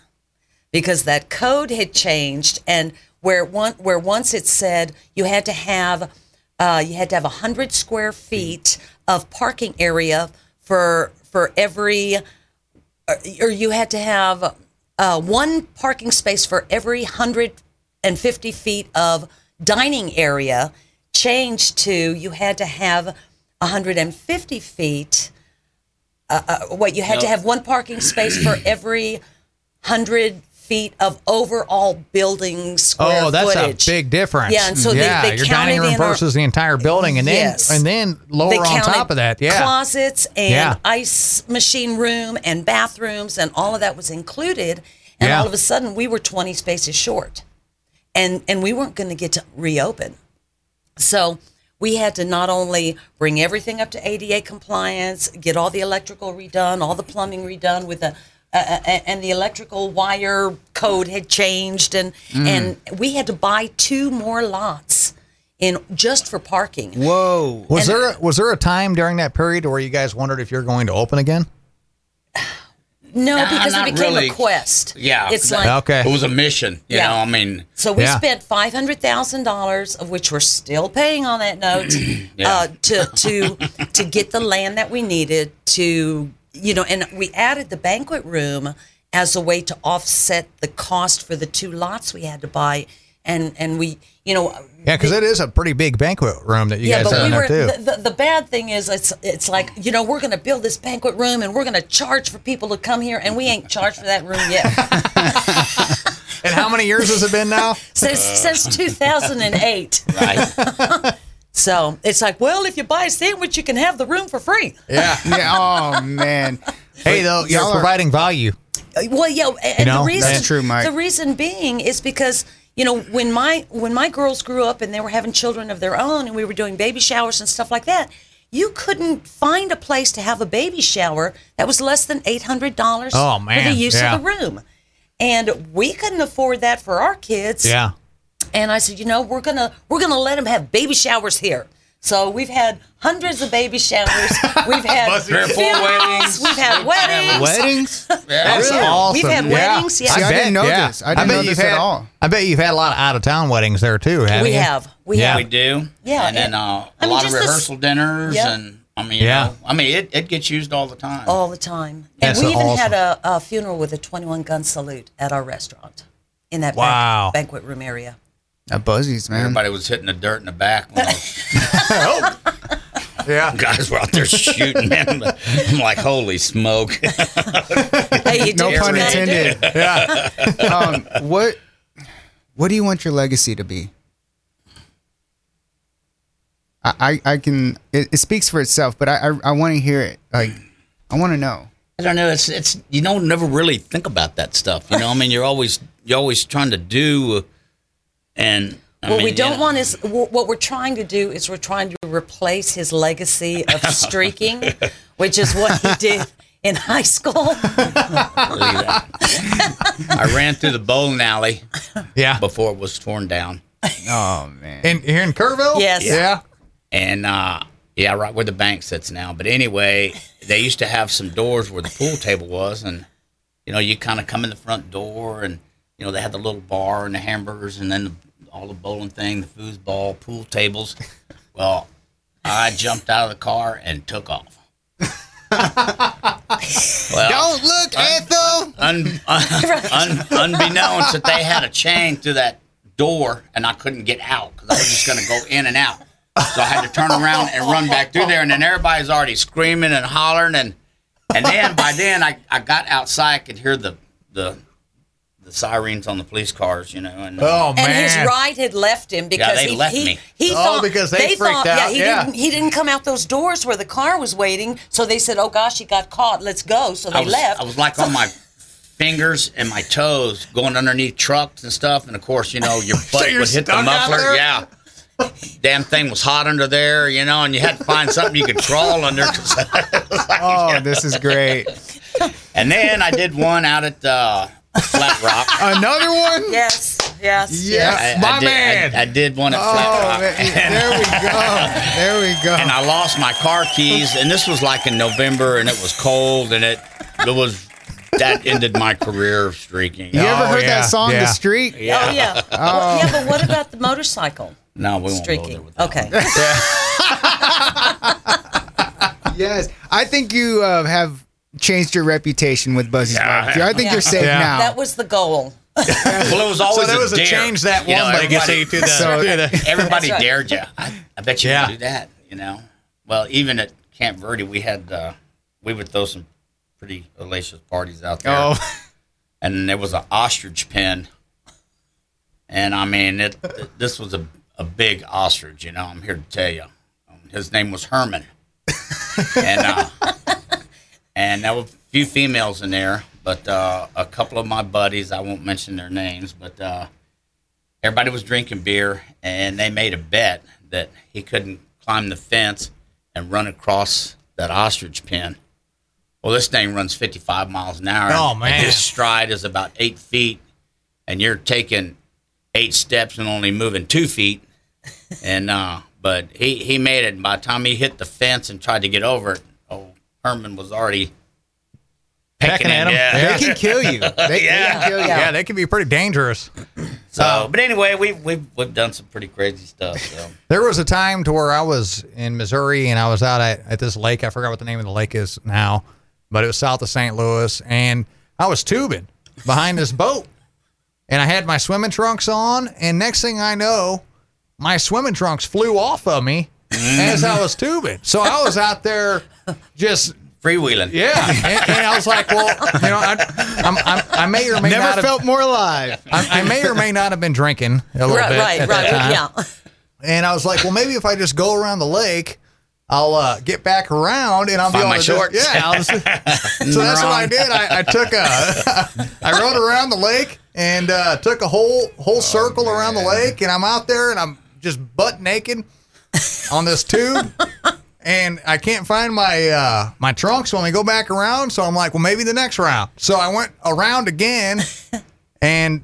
Speaker 3: because that code had changed and where one where once it said you had to have uh, you had to have 100 square feet of parking area for for every or- or you had to have uh, one parking space for every 150 feet of dining area changed to you had to have 150 feet uh, uh, what you had to
Speaker 4: Yep.
Speaker 3: have one parking space for every 100 feet of overall building square
Speaker 1: oh, that's
Speaker 3: footage.
Speaker 1: a big difference.
Speaker 3: Yeah, and so they-
Speaker 1: yeah,
Speaker 3: they,
Speaker 1: your
Speaker 3: counted
Speaker 1: dining room
Speaker 3: in our-
Speaker 1: versus the entire building, and
Speaker 3: Yes.
Speaker 1: then and then lower
Speaker 3: they
Speaker 1: on
Speaker 3: counted
Speaker 1: top of that. Yeah,
Speaker 3: closets and
Speaker 1: Yeah.
Speaker 3: ice machine room and bathrooms and all of that was included. And
Speaker 1: Yeah.
Speaker 3: all of a sudden, we were 20 spaces short, and and we weren't going to get to reopen. So we had to not only bring everything up to ADA compliance, get all the electrical redone, all the plumbing redone with the uh, uh, and the electrical wire code had changed, and
Speaker 1: Mm.
Speaker 3: and we had to buy two more lots in just for parking.
Speaker 2: Whoa.
Speaker 1: was there a, was there a time during that period where you guys wondered if you're going to open again?
Speaker 3: No,
Speaker 4: Nah,
Speaker 3: because it
Speaker 4: not
Speaker 3: became
Speaker 4: really.
Speaker 3: a quest.
Speaker 4: Yeah.
Speaker 3: it's
Speaker 4: that-
Speaker 3: like
Speaker 1: Okay.
Speaker 4: It was a mission. You
Speaker 3: Yeah.
Speaker 4: know, I mean,
Speaker 3: so we
Speaker 1: Yeah.
Speaker 3: spent five hundred thousand dollars, of which we're still paying on that note, uh, to to to get the land that we needed to you know, and we added the banquet room as a way to offset the cost for the two lots we had to buy, and and we you know
Speaker 1: Yeah, because it is a pretty big banquet room that you
Speaker 3: yeah,
Speaker 1: guys
Speaker 3: but
Speaker 1: have in
Speaker 3: we
Speaker 1: there
Speaker 3: were
Speaker 1: too.
Speaker 3: the, the, the bad thing is it's it's like you know we're gonna build this banquet room and we're gonna charge for people to come here and we ain't charged for that room yet.
Speaker 1: and how many years has it been now?
Speaker 3: since
Speaker 1: Uh.
Speaker 3: since 2008.
Speaker 4: right.
Speaker 3: So it's like, well, if you buy a sandwich, you can have the room for free.
Speaker 1: yeah.
Speaker 2: yeah. Oh man.
Speaker 1: Hey, though, you're
Speaker 2: Y'all are-
Speaker 1: providing value.
Speaker 3: Uh, Well, yeah, a- and
Speaker 1: know,
Speaker 3: the reason
Speaker 2: that's true, Mike.
Speaker 3: The reason being is because you know when my when my girls grew up and they were having children of their own, and we were doing baby showers and stuff like that. You couldn't find a place to have a baby shower that was less than eight hundred dollars
Speaker 1: Oh,
Speaker 3: for the
Speaker 1: man,
Speaker 3: use
Speaker 1: yeah.
Speaker 3: of the room, and we couldn't afford that for our kids.
Speaker 1: Yeah.
Speaker 3: and I said, you know, we're gonna we're gonna let them have baby showers here. So we've had hundreds of baby showers. We've had
Speaker 4: Three or four
Speaker 3: funerals.
Speaker 4: weddings.
Speaker 3: We've had weddings.
Speaker 1: Weddings? That's
Speaker 4: Really?
Speaker 1: awesome.
Speaker 3: We've had
Speaker 1: Yeah.
Speaker 3: weddings, yeah. See,
Speaker 2: I didn't know this. I
Speaker 1: bet
Speaker 2: didn't know
Speaker 1: you've
Speaker 2: this at
Speaker 1: had-
Speaker 2: all.
Speaker 1: I bet you've had a lot of out of town weddings there too, haven't
Speaker 3: We
Speaker 1: you?
Speaker 3: have. We
Speaker 1: Yeah.
Speaker 4: We
Speaker 3: have.
Speaker 4: do.
Speaker 3: Yeah,
Speaker 4: And then
Speaker 3: it-
Speaker 4: uh, a
Speaker 3: I mean,
Speaker 4: lot of
Speaker 3: just this-
Speaker 4: rehearsal dinners
Speaker 3: Yeah.
Speaker 4: and. I mean, you
Speaker 1: Yeah.
Speaker 4: know, I mean, it, it gets used all the time.
Speaker 3: All the time.
Speaker 1: That's
Speaker 3: and we even
Speaker 1: awesome.
Speaker 3: had a, a funeral with a 21 gun salute at our restaurant in that ban-
Speaker 1: Wow.
Speaker 3: banquet room area.
Speaker 2: At Buzzies, man.
Speaker 4: Everybody was hitting the dirt in the back when those
Speaker 1: Oh. Yeah.
Speaker 4: guys were out there shooting. Man. I'm like, holy smoke!
Speaker 3: Hey, you
Speaker 2: No
Speaker 3: do what
Speaker 2: pun
Speaker 3: you gotta do.
Speaker 2: intended.
Speaker 1: Yeah.
Speaker 2: um, what What do you want your legacy to be? I I, I can. It, it speaks for itself, but I I, I want to hear it. Like I want to know.
Speaker 4: I don't know. It's it's you don't never really think about that stuff. You know, I mean, you're always you're always trying to do, and I
Speaker 3: What
Speaker 4: mean,
Speaker 3: we
Speaker 4: you
Speaker 3: don't
Speaker 4: know.
Speaker 3: want is wh- what we're trying to do is we're trying to replace his legacy of streaking, which is what he did in high school.
Speaker 4: Believe that. I ran through the bowling alley
Speaker 1: Yeah.
Speaker 4: before it was torn down,
Speaker 2: Oh man.
Speaker 1: In here in Kerrville?
Speaker 3: Yes.
Speaker 1: Yeah.
Speaker 4: and uh, yeah, right where the bank sits now. But anyway, they used to have some doors where the pool table was, and you know, you kind of come in the front door, and you know, they had the little bar and the hamburgers, and then the, all the bowling thing, the foosball, pool tables. Well, I jumped out of the car and took off. well,
Speaker 2: Don't look, Ethel.
Speaker 4: un, un, unbeknownst that they had a chain through that door and I couldn't get out because I was just going to go in and out. So I had to turn around and run back through there, and then everybody's already screaming and hollering, and and then by then I, I got outside, I could hear the the the sirens on the police cars, you know, and uh,
Speaker 1: Oh
Speaker 3: and
Speaker 1: man.
Speaker 3: his ride had left him because
Speaker 4: they
Speaker 3: he,
Speaker 4: left
Speaker 3: he,
Speaker 4: me.
Speaker 3: he
Speaker 1: Oh,
Speaker 3: thought
Speaker 1: because they freaked
Speaker 3: thought,
Speaker 1: out,
Speaker 3: Yeah, he
Speaker 1: yeah.
Speaker 3: didn't he didn't come out those doors where the car was waiting, so they said, "Oh gosh, he got caught. Let's go." So they
Speaker 4: I was,
Speaker 3: left.
Speaker 4: I was like on my fingers and my toes going underneath trucks and stuff, and of course, you know, your butt
Speaker 1: you're
Speaker 4: would hit the
Speaker 1: stuck out
Speaker 4: muffler.
Speaker 1: there?
Speaker 4: Yeah. Damn thing was hot under there, you know, and you had to find something you could crawl under. 'cause-
Speaker 2: Oh, this is great.
Speaker 4: and then I did one out at uh, Flat Rock.
Speaker 2: Another one?
Speaker 3: Yes, yes,
Speaker 2: Yes.
Speaker 4: I- I
Speaker 1: Uh, My
Speaker 4: did- I-
Speaker 1: man.
Speaker 4: I, did one at Flat
Speaker 2: Oh,
Speaker 4: Rock.
Speaker 2: man. there we go. There we go.
Speaker 4: and I lost my car keys, and this was like in November, and it was cold, and it it was that ended my career of streaking.
Speaker 2: you ever
Speaker 1: Oh,
Speaker 2: heard
Speaker 1: yeah,
Speaker 2: that song,
Speaker 1: yeah.
Speaker 2: The Street?
Speaker 3: Oh yeah. Well, yeah,
Speaker 1: Oh.
Speaker 3: but what about the motorcycle
Speaker 4: No, we won't go there
Speaker 3: streaking?
Speaker 4: with that.
Speaker 3: Okay.
Speaker 2: Yes. I think you uh, have changed your reputation with Buzzy's
Speaker 4: Yeah.
Speaker 2: Barbecue. I think
Speaker 3: Yeah.
Speaker 2: you're safe
Speaker 1: Yeah.
Speaker 2: now.
Speaker 3: That was the goal.
Speaker 4: Well, Oh, it was always
Speaker 1: So there was a
Speaker 4: dare.
Speaker 1: change that
Speaker 4: You
Speaker 1: one,
Speaker 4: know,
Speaker 1: but I guess
Speaker 4: everybody-
Speaker 1: they did that.
Speaker 2: So-
Speaker 1: did that.
Speaker 4: Everybody
Speaker 3: That's right.
Speaker 4: dared you. I, I bet you
Speaker 1: Yeah.
Speaker 4: can do that. You know. Well, even at Camp Verde, we had uh, we would throw some pretty hellacious parties out there.
Speaker 1: Oh,
Speaker 4: and there was an ostrich pen. And I mean, it, it- this was a, a big ostrich, you know, I'm here to tell you. Um, His name was Herman. and, uh, and there were a few females in there, but uh, a couple of my buddies, I won't mention their names, but uh, everybody was drinking beer and they made a bet that he couldn't climb the fence and run across that ostrich pen. Well, this thing runs 55 miles an hour.
Speaker 1: Oh,
Speaker 4: and
Speaker 1: man.
Speaker 4: His stride is about eight feet, and you're taking eight steps and only moving two feet. And uh, but he he made it. And by the time he hit the fence and tried to get over it, oh, Herman was already
Speaker 1: Pecking at
Speaker 4: him.
Speaker 1: him.
Speaker 4: Yeah.
Speaker 1: Yeah.
Speaker 2: They can kill you. They, they
Speaker 4: Yeah.
Speaker 2: can kill you.
Speaker 3: Yeah.
Speaker 1: yeah, they can be pretty dangerous.
Speaker 4: So, but anyway, we've we've we've done some pretty crazy stuff. So.
Speaker 1: There was a time to where I was in Missouri and I was out at, at this lake. I forgot what the name of the lake is now, but it was south of St. Louis. And I was tubing behind this boat. And I had my swimming trunks on. And next thing I know, my swimming trunks flew off of me as I was tubing. So I was out there just.
Speaker 4: Freewheeling.
Speaker 1: Yeah, and, and I was like, well, you know, I, I'm, I'm, I may or may not
Speaker 2: Never
Speaker 1: have,
Speaker 2: felt more alive.
Speaker 1: I, I may or may not have been drinking a little
Speaker 3: Right,
Speaker 1: bit
Speaker 3: right,
Speaker 1: at that
Speaker 3: right.
Speaker 1: time.
Speaker 3: Yeah.
Speaker 1: And I was like, well, maybe if I just go around the lake, I'll uh, get back around and I'll
Speaker 4: Find
Speaker 1: be able
Speaker 4: my
Speaker 1: to
Speaker 4: shorts.
Speaker 1: Just, yeah. I'll just- so that's what I did. I, I took a, I rode around the lake and uh, took a whole
Speaker 4: Oh,
Speaker 1: whole circle around the lake, and I'm out there and I'm just butt naked on this tube. And I can't find my uh, my trunks when we go back around, so I'm like, well, maybe the next round. So I went around again, and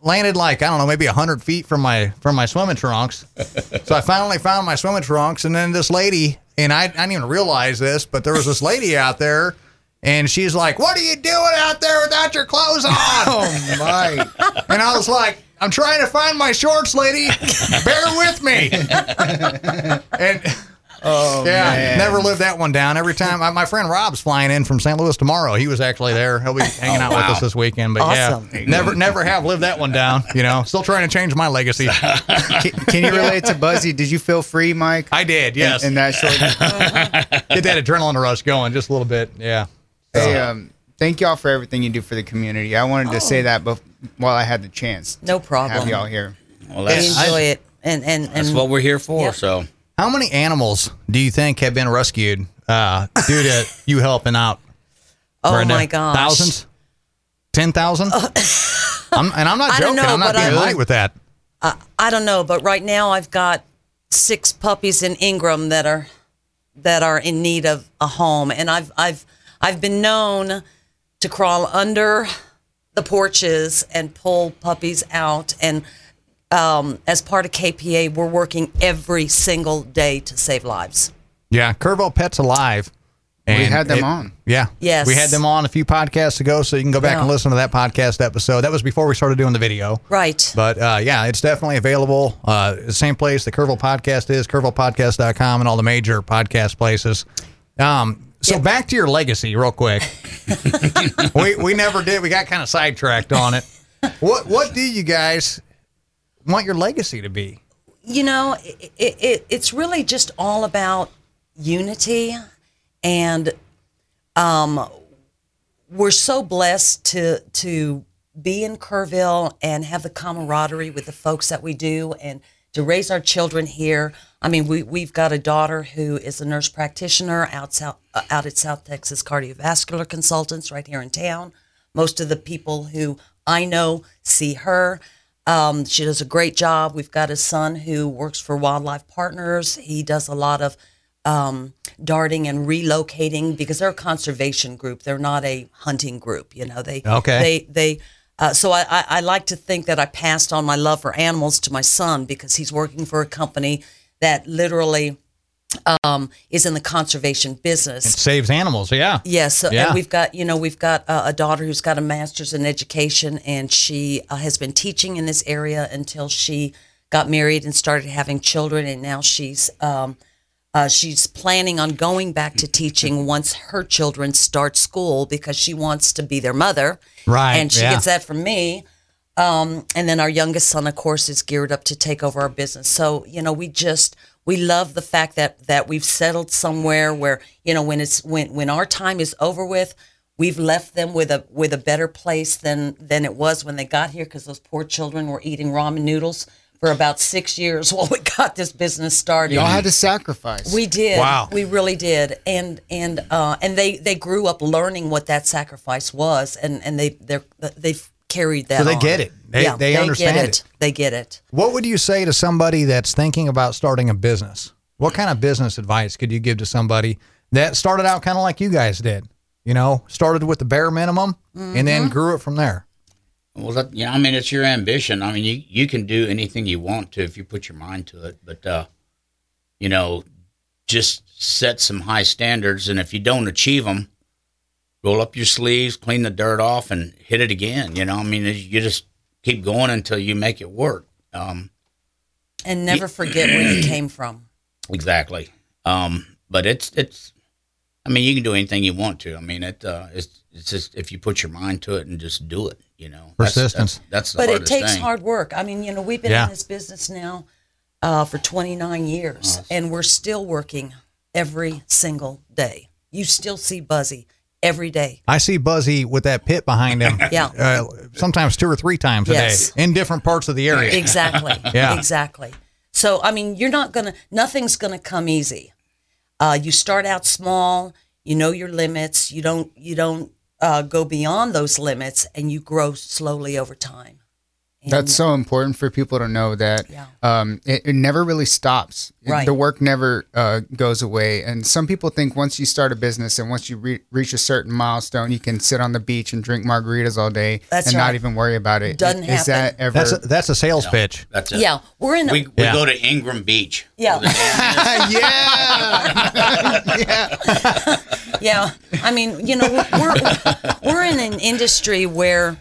Speaker 1: landed like I don't know, maybe hundred feet from my from my swimming trunks. so I finally found my swimming trunks, and then this lady and I, I didn't even realize this, but there was this lady out there, and she's like, "What are you doing out there without your clothes on?"
Speaker 2: Oh, my.
Speaker 1: and I was like, "I'm trying to find my shorts, lady. Bear with me." and.
Speaker 2: Oh,
Speaker 1: Yeah,
Speaker 2: man.
Speaker 1: never lived that one down. Every time I, my friend Rob's flying in from St. Louis tomorrow, he was actually there. He'll be hanging
Speaker 2: Oh,
Speaker 1: out with
Speaker 4: wow.
Speaker 1: us this weekend. But
Speaker 3: Awesome.
Speaker 1: yeah, never, never have lived that one down. You know, still trying to change my legacy.
Speaker 2: Can, can you relate to Buzzy? Did you feel free, Mike?
Speaker 1: I did, yes.
Speaker 2: In that short.
Speaker 1: Get that adrenaline rush going just a little bit. Yeah.
Speaker 2: Hey, um, thank y'all for everything you do for the community. I wanted to say that bef- while I had the chance.
Speaker 3: Oh. No
Speaker 2: to Have
Speaker 3: problem.
Speaker 2: y'all here.
Speaker 4: Well,
Speaker 3: We
Speaker 4: that's,
Speaker 3: enjoy it. And and and
Speaker 4: that's what we're here for.
Speaker 3: Yeah.
Speaker 4: So
Speaker 1: How many animals do you think have been rescued uh, due to you helping out?
Speaker 3: oh
Speaker 1: Brenda?
Speaker 3: my gosh. Uh,
Speaker 1: Thousands? 10,000? I'm- and I'm not
Speaker 3: I
Speaker 1: joking.
Speaker 3: don't know,
Speaker 1: I'm not
Speaker 3: but
Speaker 1: being
Speaker 3: I-
Speaker 1: light with that.
Speaker 3: I don't know, but right now I've got six puppies in Ingram that are that are in need of a home, and I've I've I've been known to crawl under the porches and pull puppies out. And um, as part of KPA, we're working every single day to save lives.
Speaker 1: Yeah, Curvo Pets Alive. And
Speaker 2: had them on.
Speaker 1: Yeah.
Speaker 3: Yes.
Speaker 1: We had them on a few podcasts ago, so you can go back
Speaker 3: Yeah.
Speaker 1: and listen to that podcast episode. That was before we started doing the video.
Speaker 3: Right.
Speaker 1: But uh, yeah, it's definitely available. Uh, the same place the Curville Podcast is, curvillepodcast.com and all the major podcast places. Um, so back to your legacy, real quick. we, we never did. We got kind of sidetracked on it. What what do you guys want your legacy to be?
Speaker 3: you know, it, it, it, it's really just all about unity, and um, we're so blessed to to be in Kerrville and have the camaraderie with the folks that we do, and to raise our children here. I mean, we we've got a daughter who is a nurse practitioner out south, uh, out at South Texas Cardiovascular Consultants right here in town. Most of the people who I know see her. Um, she does a great job. We've got a son who works for Wildlife Partners. He does a lot of um, darting and relocating because they're a conservation group. They're not a hunting group. You know, they
Speaker 1: Okay.
Speaker 3: they they. Uh, so I, I, I like to think that I passed on my love for animals to my son because he's working for a company that literally um, is in the conservation business.
Speaker 1: Saves animals. Yeah.
Speaker 3: Yes, so,
Speaker 1: Yeah.
Speaker 3: and we've got you know we've got uh, a daughter who's got a master's in education, and she uh, has been teaching in this area until she got married and started having children, and now she's um, uh, she's planning on going back to teaching once her children start school because she wants to be their mother,
Speaker 1: Right,
Speaker 3: And she
Speaker 1: yeah.
Speaker 3: gets that from me. Um, and then our youngest son, of course, is geared up to take over our business. So you know, we just we love the fact that that we've settled somewhere where you know when it's when when our time is over with, we've left them with a with a better place than than it was when they got here because those poor children were eating ramen noodles for about six years while we got this business started.
Speaker 2: Y'all had to sacrifice.
Speaker 3: We did.
Speaker 1: Wow.
Speaker 3: We really did. And and uh, and they they grew up learning what that sacrifice was, and and they they they've carried that.
Speaker 1: So they
Speaker 3: on.
Speaker 1: get it. They-
Speaker 3: yeah,
Speaker 1: they understand
Speaker 3: get it.
Speaker 1: it.
Speaker 3: They get it.
Speaker 1: What would you say to somebody that's thinking about starting a business? What kind of business advice could you give to somebody that started out kind of like you guys did? You know, started with the bare minimum and then
Speaker 3: Mm-hmm.
Speaker 1: grew it from there.
Speaker 4: Well, that, you know, I mean, it's your ambition. I mean, you, you can do anything you want to if you put your mind to it. But, uh, you know, just set some high standards. And if you don't achieve them, roll up your sleeves, clean the dirt off, and hit it again. You know, I mean, you just keep going until you make it work. Um,
Speaker 3: And never forget where you came from.
Speaker 4: Exactly. Um, but it's it's. I mean, you can do anything you want to. I mean, it uh, it's it's just if you put your mind to it and just do it. You know, That's- that's-
Speaker 1: Persistence.
Speaker 4: That's, the
Speaker 3: But it
Speaker 4: hardest
Speaker 3: takes
Speaker 4: thing.
Speaker 3: hard work. I mean, you know, we've been
Speaker 1: Yeah.
Speaker 3: in this business now uh, for 29 years, and we're still working every single day. You still see Buzzy every day.
Speaker 1: I see Buzzy with that pit behind him.
Speaker 3: Yeah.
Speaker 1: Uh, sometimes two or three times a
Speaker 3: Yes.
Speaker 1: day in different parts of the area.
Speaker 3: Exactly.
Speaker 1: Yeah.
Speaker 3: Exactly. So I mean, you're not gonna. Nothing's gonna come easy. Uh, you start out small. You know your limits. You don't. You don't uh, go beyond those limits, and you grow slowly over time. And-
Speaker 2: That's so important for people to know that
Speaker 3: Yeah.
Speaker 2: um, it, it never really stops. It-
Speaker 3: Right.
Speaker 2: The work never uh, goes away. And some people think once you start a business and once you re- reach a certain milestone, you can sit on the beach and drink margaritas all day
Speaker 3: That's
Speaker 2: and
Speaker 3: right.
Speaker 2: not even worry about it.
Speaker 3: Doesn't
Speaker 2: Is that
Speaker 3: happen.
Speaker 2: ever?
Speaker 1: That's a, that's a sales pitch.
Speaker 4: That's it.
Speaker 3: yeah. We're in. A,
Speaker 4: We, we
Speaker 1: Yeah.
Speaker 4: go to Ingram Beach.
Speaker 3: yeah.
Speaker 2: yeah.
Speaker 3: yeah. I mean, you know, we're we're in an industry where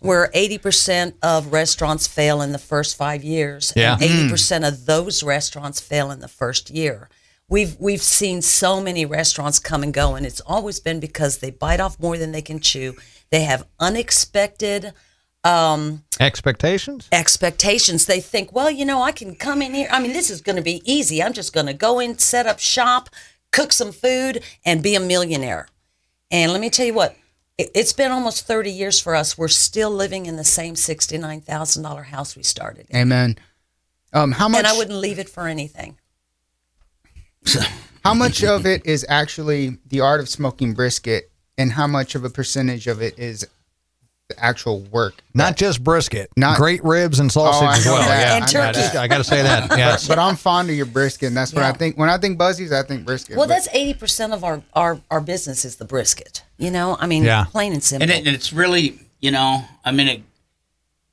Speaker 3: where eighty percent of restaurants fail in the first five years,
Speaker 1: Yeah.
Speaker 3: and eighty percent of those restaurants fail in the first year. We've we've seen so many restaurants come and go, and it's always been because they bite off more than they can chew. They have unexpected
Speaker 1: Expectations?
Speaker 3: expectations. They think, well, you know, I can come in here. I mean, this is going to be easy. I'm just going to go in, set up shop, cook some food, and be a millionaire. And let me tell you what, it- it's been almost 30 years for us. We're still living in the same $69,000 house we started in.
Speaker 2: Amen. Um, how much?
Speaker 3: And I wouldn't leave it for anything.
Speaker 2: How much of it is actually the art of smoking brisket, and how much of a percentage of it is the actual work?
Speaker 1: Not just brisket.
Speaker 2: Not-
Speaker 1: great ribs and sausage
Speaker 2: Oh, I
Speaker 1: as
Speaker 2: know
Speaker 1: well.
Speaker 2: that.
Speaker 1: Yeah.
Speaker 3: And
Speaker 1: I know
Speaker 3: turkey.
Speaker 1: that. I got to say that. Yes.
Speaker 2: But I'm fond of your brisket, and that's what I
Speaker 3: Yeah.
Speaker 2: think. When I think Buzzies, I think brisket.
Speaker 3: Well,
Speaker 2: but-
Speaker 3: that's 80% of our, our, our business is the brisket. You know, I mean,
Speaker 1: Yeah.
Speaker 3: plain and simple.
Speaker 4: And, it, and it's really, you know, I mean, it,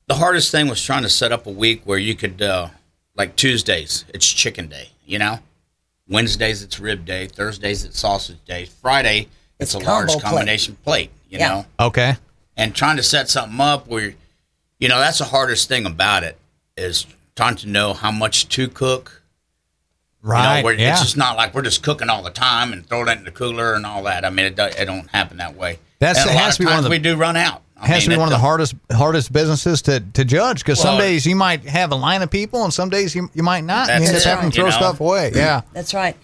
Speaker 4: the hardest thing was trying to set up a week where you could, uh, like Tuesdays, it's chicken day, you know? Wednesdays, it's rib day. Thursdays, it's sausage day. Friday,
Speaker 3: It's
Speaker 4: it's, a large
Speaker 3: combo plate.
Speaker 4: combination plate, you
Speaker 3: Yeah.
Speaker 4: know?
Speaker 1: Okay.
Speaker 4: and trying to set something up where you know that's the hardest thing about it is trying to know how much to cook you know,
Speaker 1: Right.
Speaker 4: where
Speaker 1: yeah.
Speaker 4: it's just not like we're just cooking all the time and throwing it in the cooler and all that i mean it, do, it don't happen that way
Speaker 1: That's-
Speaker 4: and a
Speaker 1: it
Speaker 4: lot
Speaker 1: has
Speaker 4: of
Speaker 1: to be one of
Speaker 4: times
Speaker 1: the-
Speaker 4: we do run out I
Speaker 1: has to be
Speaker 4: mean, it
Speaker 1: one of the
Speaker 4: don't-
Speaker 1: hardest hardest businesses to, to judge because some
Speaker 4: Well,
Speaker 1: days you might have a line of people and some days you, you might not. and You end up
Speaker 4: That's
Speaker 1: having
Speaker 4: right.
Speaker 1: to throw
Speaker 4: You know?
Speaker 1: stuff away. Yeah.
Speaker 3: That's right.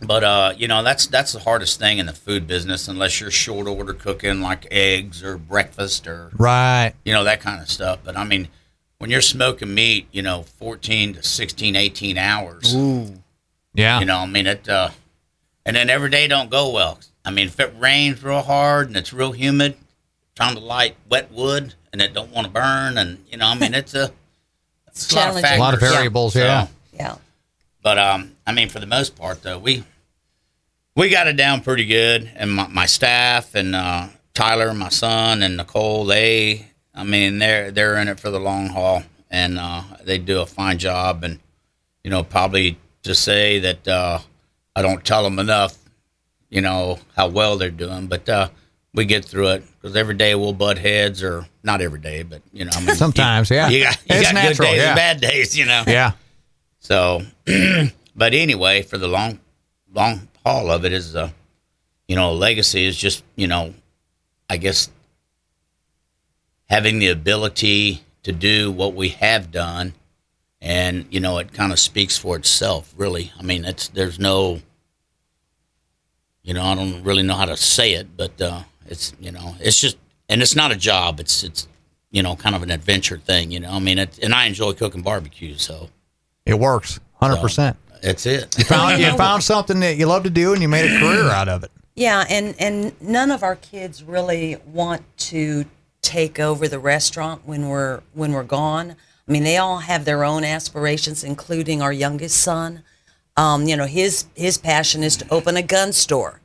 Speaker 4: But uh, you know, that's that's the hardest thing in the food business, unless you're short order cooking like eggs or breakfast or
Speaker 1: Right.
Speaker 4: you know that kind of stuff. But I mean, when you're smoking meat, you know, 14 to 16, 18 hours,
Speaker 1: Yeah.
Speaker 4: You know, I mean it. Uh, and then every day don't go well. I mean, if it rains real hard and it's real humid, trying to light wet wood and it don't want to burn, and you know, I mean it's a it's a lot of
Speaker 3: Challenging.
Speaker 1: A lot of
Speaker 4: factors.
Speaker 1: variables, yeah.
Speaker 4: So,
Speaker 3: Yeah.
Speaker 4: but um, I mean, for the most part, though, we we got it down pretty good, and my, my staff and uh, Tyler, my son, and Nicole, they, I mean, they're they're in it for the long haul, and uh, they do a fine job. And you know, probably to say that uh, I don't tell them enough, you know, how well they're doing, but. Uh, we get through it because every day we'll butt heads, or not every day, but you know, I mean, you-
Speaker 1: Sometimes, yeah.
Speaker 4: you got, you
Speaker 1: It's
Speaker 4: got
Speaker 1: natural,
Speaker 4: good days
Speaker 1: yeah.
Speaker 4: and bad days, you know.
Speaker 1: Yeah.
Speaker 4: So, but anyway, for the long, long haul of it is, uh, you know, legacy is just, you know, I guess having the ability to do what we have done, and you know, it kind of speaks for itself, really. I mean, it's there's no, you know, I don't really know how to say it, but uh, it's, you know, it's just, and it's not a job. It's, it's, you know, kind of an adventure thing. You know, I mean, it, and I enjoy cooking barbecue, so.
Speaker 1: It works. 100%.
Speaker 4: That's it.
Speaker 1: Found, you found something that you love to do and you made a career out of it.
Speaker 3: Yeah, and and none of our kids really want to take over the restaurant when we're when we're gone. I mean, they all have their own aspirations, including our youngest son. Um, you know, his his passion is to open a gun store.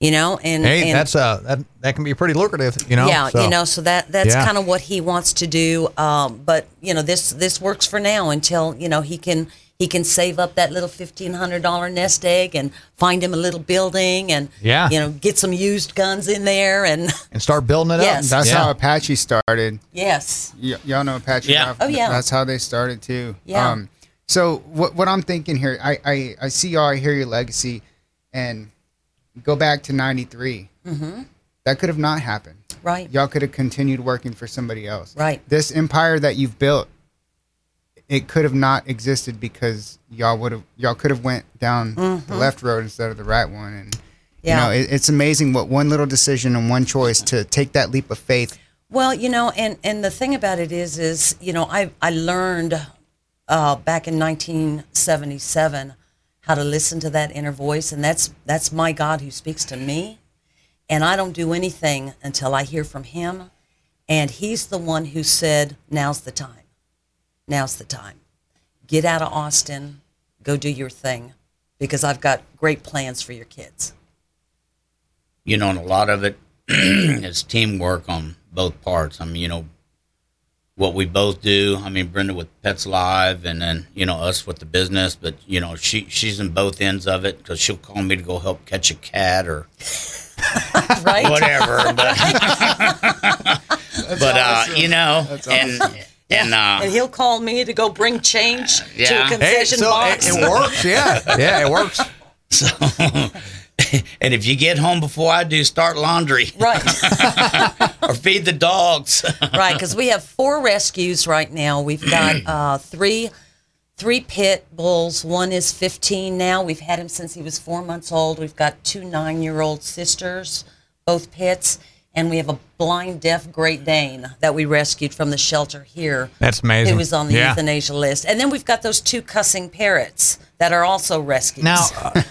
Speaker 3: You know, and
Speaker 1: Hey,
Speaker 3: and,
Speaker 1: that's uh that, that can be pretty lucrative, you know.
Speaker 3: yeah,
Speaker 1: so.
Speaker 3: you know, so that that's
Speaker 1: Yeah.
Speaker 3: kind of what he wants to do. Um, but you know, this this works for now until you know he can he can save up that little fifteen hundred dollar nest egg and find him a little building and
Speaker 1: Yeah.
Speaker 3: you know, get some used guns in there and
Speaker 1: and start building it
Speaker 3: Yes.
Speaker 1: up.
Speaker 2: That's
Speaker 1: Yeah.
Speaker 2: how Apache started.
Speaker 3: yes,
Speaker 2: Y- y'all know Apache.
Speaker 4: Yeah.
Speaker 2: Ralph?
Speaker 3: Oh, yeah.
Speaker 2: That's how they started too. Um,
Speaker 3: Yeah.
Speaker 2: so what what I'm thinking here, I I, I see y'all, I hear your legacy, and go back to '93. Mm-hmm. That could have not happened.
Speaker 3: right,
Speaker 2: Y'all could have continued working for somebody else.
Speaker 3: Right.
Speaker 2: This empire that you've built, it could have not existed because y'all would have y'all could have went down the left road instead of the right one and.
Speaker 3: Mm-hmm. Yeah.
Speaker 2: You know, it, it's amazing what one little decision and one choice to take that leap of faith
Speaker 3: Well, you know, and and the thing about it is, is you know, I I learned uh, back in 1977 how to listen to that inner voice, and that's that's my God who speaks to me, and I don't do anything until I hear from Him, and He's the one who said, "Now's the time, now's the time, get out of Austin, go do your thing, because I've got great plans for your kids."
Speaker 4: you know, and a lot of it is teamwork on both parts. I mean, you know, what we both do. I mean, Brenda with Pets Live, and then you know us with the business. But you know, she she's in both ends of it because she'll call me to go help catch a cat or
Speaker 3: Right?
Speaker 4: whatever. but but uh, you know, and and uh,
Speaker 3: and he'll call me to go bring change to
Speaker 4: Yeah.
Speaker 3: a
Speaker 1: Hey,
Speaker 3: concession
Speaker 1: so it,
Speaker 3: box.
Speaker 1: it works, yeah. Yeah, it works.
Speaker 4: and if you get home before I do, start laundry
Speaker 3: right,
Speaker 4: or feed the dogs.
Speaker 3: right, because we have four rescues right now. We've got uh, three three pit bulls. One is 15 now. We've had him since he was four months old. We've got two nine year old sisters, both pits, and we have a blind deaf Great Dane that we rescued from the shelter here.
Speaker 1: That's amazing.
Speaker 3: Who was on the
Speaker 1: Yeah.
Speaker 3: euthanasia list, and then we've got those two cussing parrots that are also rescues.
Speaker 1: Now, uh,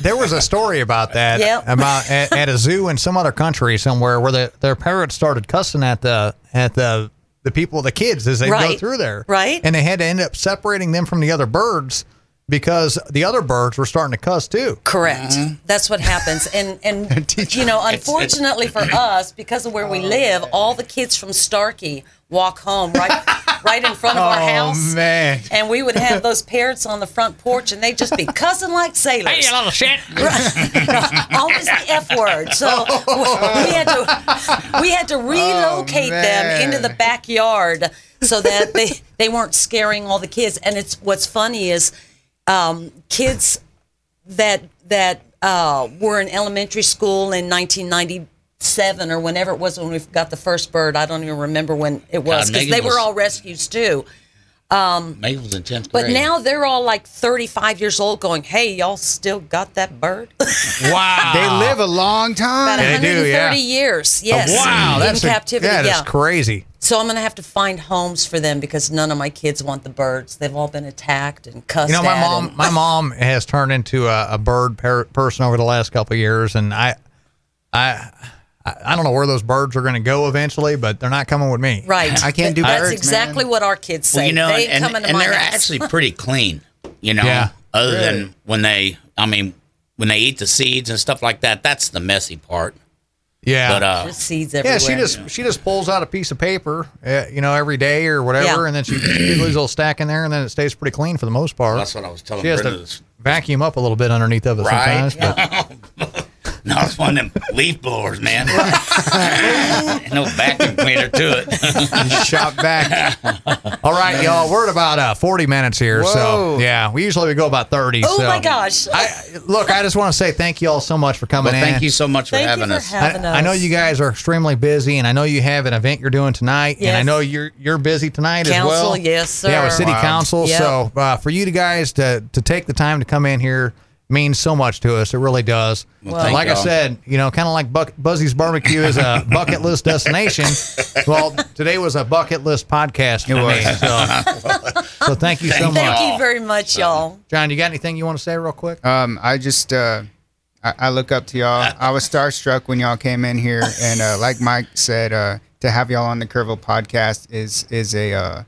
Speaker 1: there was a story about that
Speaker 3: Yep.
Speaker 1: about at, at a zoo in some other country somewhere where the, their parents started cussing at the at the the people, the kids as they go
Speaker 3: Right.
Speaker 1: through there,
Speaker 3: Right.
Speaker 1: And they had to end up separating them from the other birds because the other birds were starting to cuss too.
Speaker 3: Correct. That's what happens. And and you know, unfortunately for us, because of where we live, all the kids from Starkey walk home right right in front of our house.
Speaker 1: man.
Speaker 3: And we would have those parents on the front porch and they'd just be cussing like sailors.
Speaker 1: little shit.
Speaker 3: Always the F word. So we had to we had to relocate them
Speaker 2: man.
Speaker 3: into the backyard so that they, they weren't scaring all the kids. And it's what's funny is um, kids that that uh, were in elementary school in 1997 or whenever it was when we got the first bird. I don't even remember when it was
Speaker 4: God,
Speaker 3: because
Speaker 4: Megan
Speaker 3: they were
Speaker 4: was-
Speaker 3: all rescues too.
Speaker 4: Megan was in tenth
Speaker 3: But
Speaker 4: grade.
Speaker 3: now they're all like 35 years old, going, "Hey, y'all still got that bird?"
Speaker 1: Wow.
Speaker 2: They
Speaker 3: Ah.
Speaker 2: live a long
Speaker 3: About
Speaker 2: time.
Speaker 1: They do,
Speaker 3: 130
Speaker 1: yeah.
Speaker 3: years. Yes.
Speaker 1: Wow,
Speaker 3: in
Speaker 1: that's a-
Speaker 3: captivity.
Speaker 1: That is
Speaker 3: yeah.
Speaker 1: crazy.
Speaker 3: So I'm gonna have to find homes for them because none of my kids want the birds. They've all been attacked and cussed.
Speaker 1: You know, my
Speaker 3: at
Speaker 1: mom,
Speaker 3: and-
Speaker 1: my mom has turned into a, a bird per- person over the last couple of years, and I, I, I, I don't know where those birds are going to go eventually, but they're not coming with me.
Speaker 3: Right.
Speaker 2: I can't do
Speaker 3: That's
Speaker 2: birds,
Speaker 3: exactly
Speaker 2: man.
Speaker 3: what our kids say.
Speaker 4: Well, you know,
Speaker 3: they ain't
Speaker 4: and,
Speaker 3: coming to
Speaker 4: and
Speaker 3: my
Speaker 4: they're
Speaker 3: house.
Speaker 4: actually pretty clean, you know,
Speaker 1: Yeah.
Speaker 4: other
Speaker 2: Really?
Speaker 4: than when they, I mean, when they eat the seeds and stuff like that, that's the messy part.
Speaker 1: Yeah.
Speaker 4: But, uh,
Speaker 3: There's seeds
Speaker 1: yeah,
Speaker 3: everywhere.
Speaker 1: she just she just pulls out a piece of paper, uh, you know, every day or whatever,
Speaker 3: Yeah.
Speaker 1: and then she leaves a little stack in there, and then it stays pretty clean for the most part.
Speaker 4: that's what I was telling
Speaker 1: she has
Speaker 4: Brenda.
Speaker 1: to
Speaker 4: this-
Speaker 1: vacuum up a little bit underneath of it
Speaker 4: Right.
Speaker 1: sometimes. but-
Speaker 4: No, it's one of them leaf blowers, man. no vacuum cleaner to it.
Speaker 1: shot back. All right, y'all. We're at about uh, 40 minutes here. So,
Speaker 2: Whoa.
Speaker 1: yeah, we usually we go about 30.
Speaker 3: Oh,
Speaker 1: so-
Speaker 3: my gosh.
Speaker 1: I, look, I just want to say thank you all so much for coming
Speaker 4: well,
Speaker 1: in.
Speaker 4: thank you so much for
Speaker 3: Thank you
Speaker 4: having
Speaker 3: for
Speaker 4: us.
Speaker 1: I,
Speaker 3: having us.
Speaker 1: I know you guys are extremely busy, and I know you have an event you're doing tonight, and I
Speaker 3: Yes.
Speaker 1: know you're you're busy tonight as
Speaker 3: Council,
Speaker 1: well.
Speaker 3: yes,
Speaker 1: Yeah, with
Speaker 3: sir.
Speaker 1: city
Speaker 3: Wow.
Speaker 1: council.
Speaker 3: Yep.
Speaker 1: So uh, for you to guys to to take the time to come in here means so much to us. It really does.
Speaker 4: Well, thank
Speaker 1: like I
Speaker 4: y'all.
Speaker 1: said, you know, kind of like Buck, Buzzy's Barbecue is a bucket list destination. well, today was a bucket list podcast for me. So, so thank you so
Speaker 4: Thank
Speaker 1: much,
Speaker 3: Thank
Speaker 4: y'all.
Speaker 3: you very much, y'all.
Speaker 1: John. You got anything you want to say real quick?
Speaker 2: Um, I just uh, I, I look up to y'all. I was starstruck when y'all came in here, and uh, like Mike said, uh, to have y'all on the Curvo podcast is is a uh,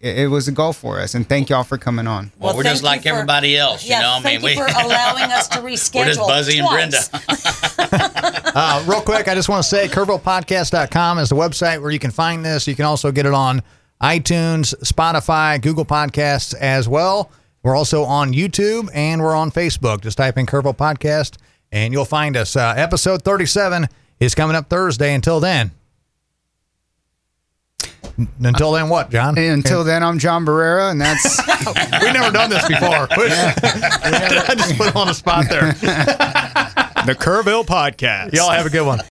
Speaker 2: it, it was a goal for us, and thank y'all for coming on.
Speaker 4: Well, we're
Speaker 3: thank
Speaker 4: just
Speaker 3: you
Speaker 4: like
Speaker 3: for-
Speaker 4: everybody else, you
Speaker 3: Yeah,
Speaker 4: know, I
Speaker 3: thank
Speaker 4: mean,
Speaker 3: you
Speaker 4: we-
Speaker 3: for allowing us to reschedule.
Speaker 4: We're just Buzzy and Brenda.
Speaker 3: twice.
Speaker 1: Uh, real quick, I just want to say curveballpodcast.com is the website where you can find this. You can also get it on iTunes, Spotify, Google Podcasts as well. We're also on YouTube and we're on Facebook. Just type in Curveball Podcast and you'll find us. Uh, episode 37 is coming up Thursday. Until then. N- Until then, what, John?
Speaker 2: And until then, I'm John Barrera, and that's
Speaker 1: We've never done this before. I just put on the spot there.
Speaker 5: The Kerrville Podcast.
Speaker 1: Y'all have a good one.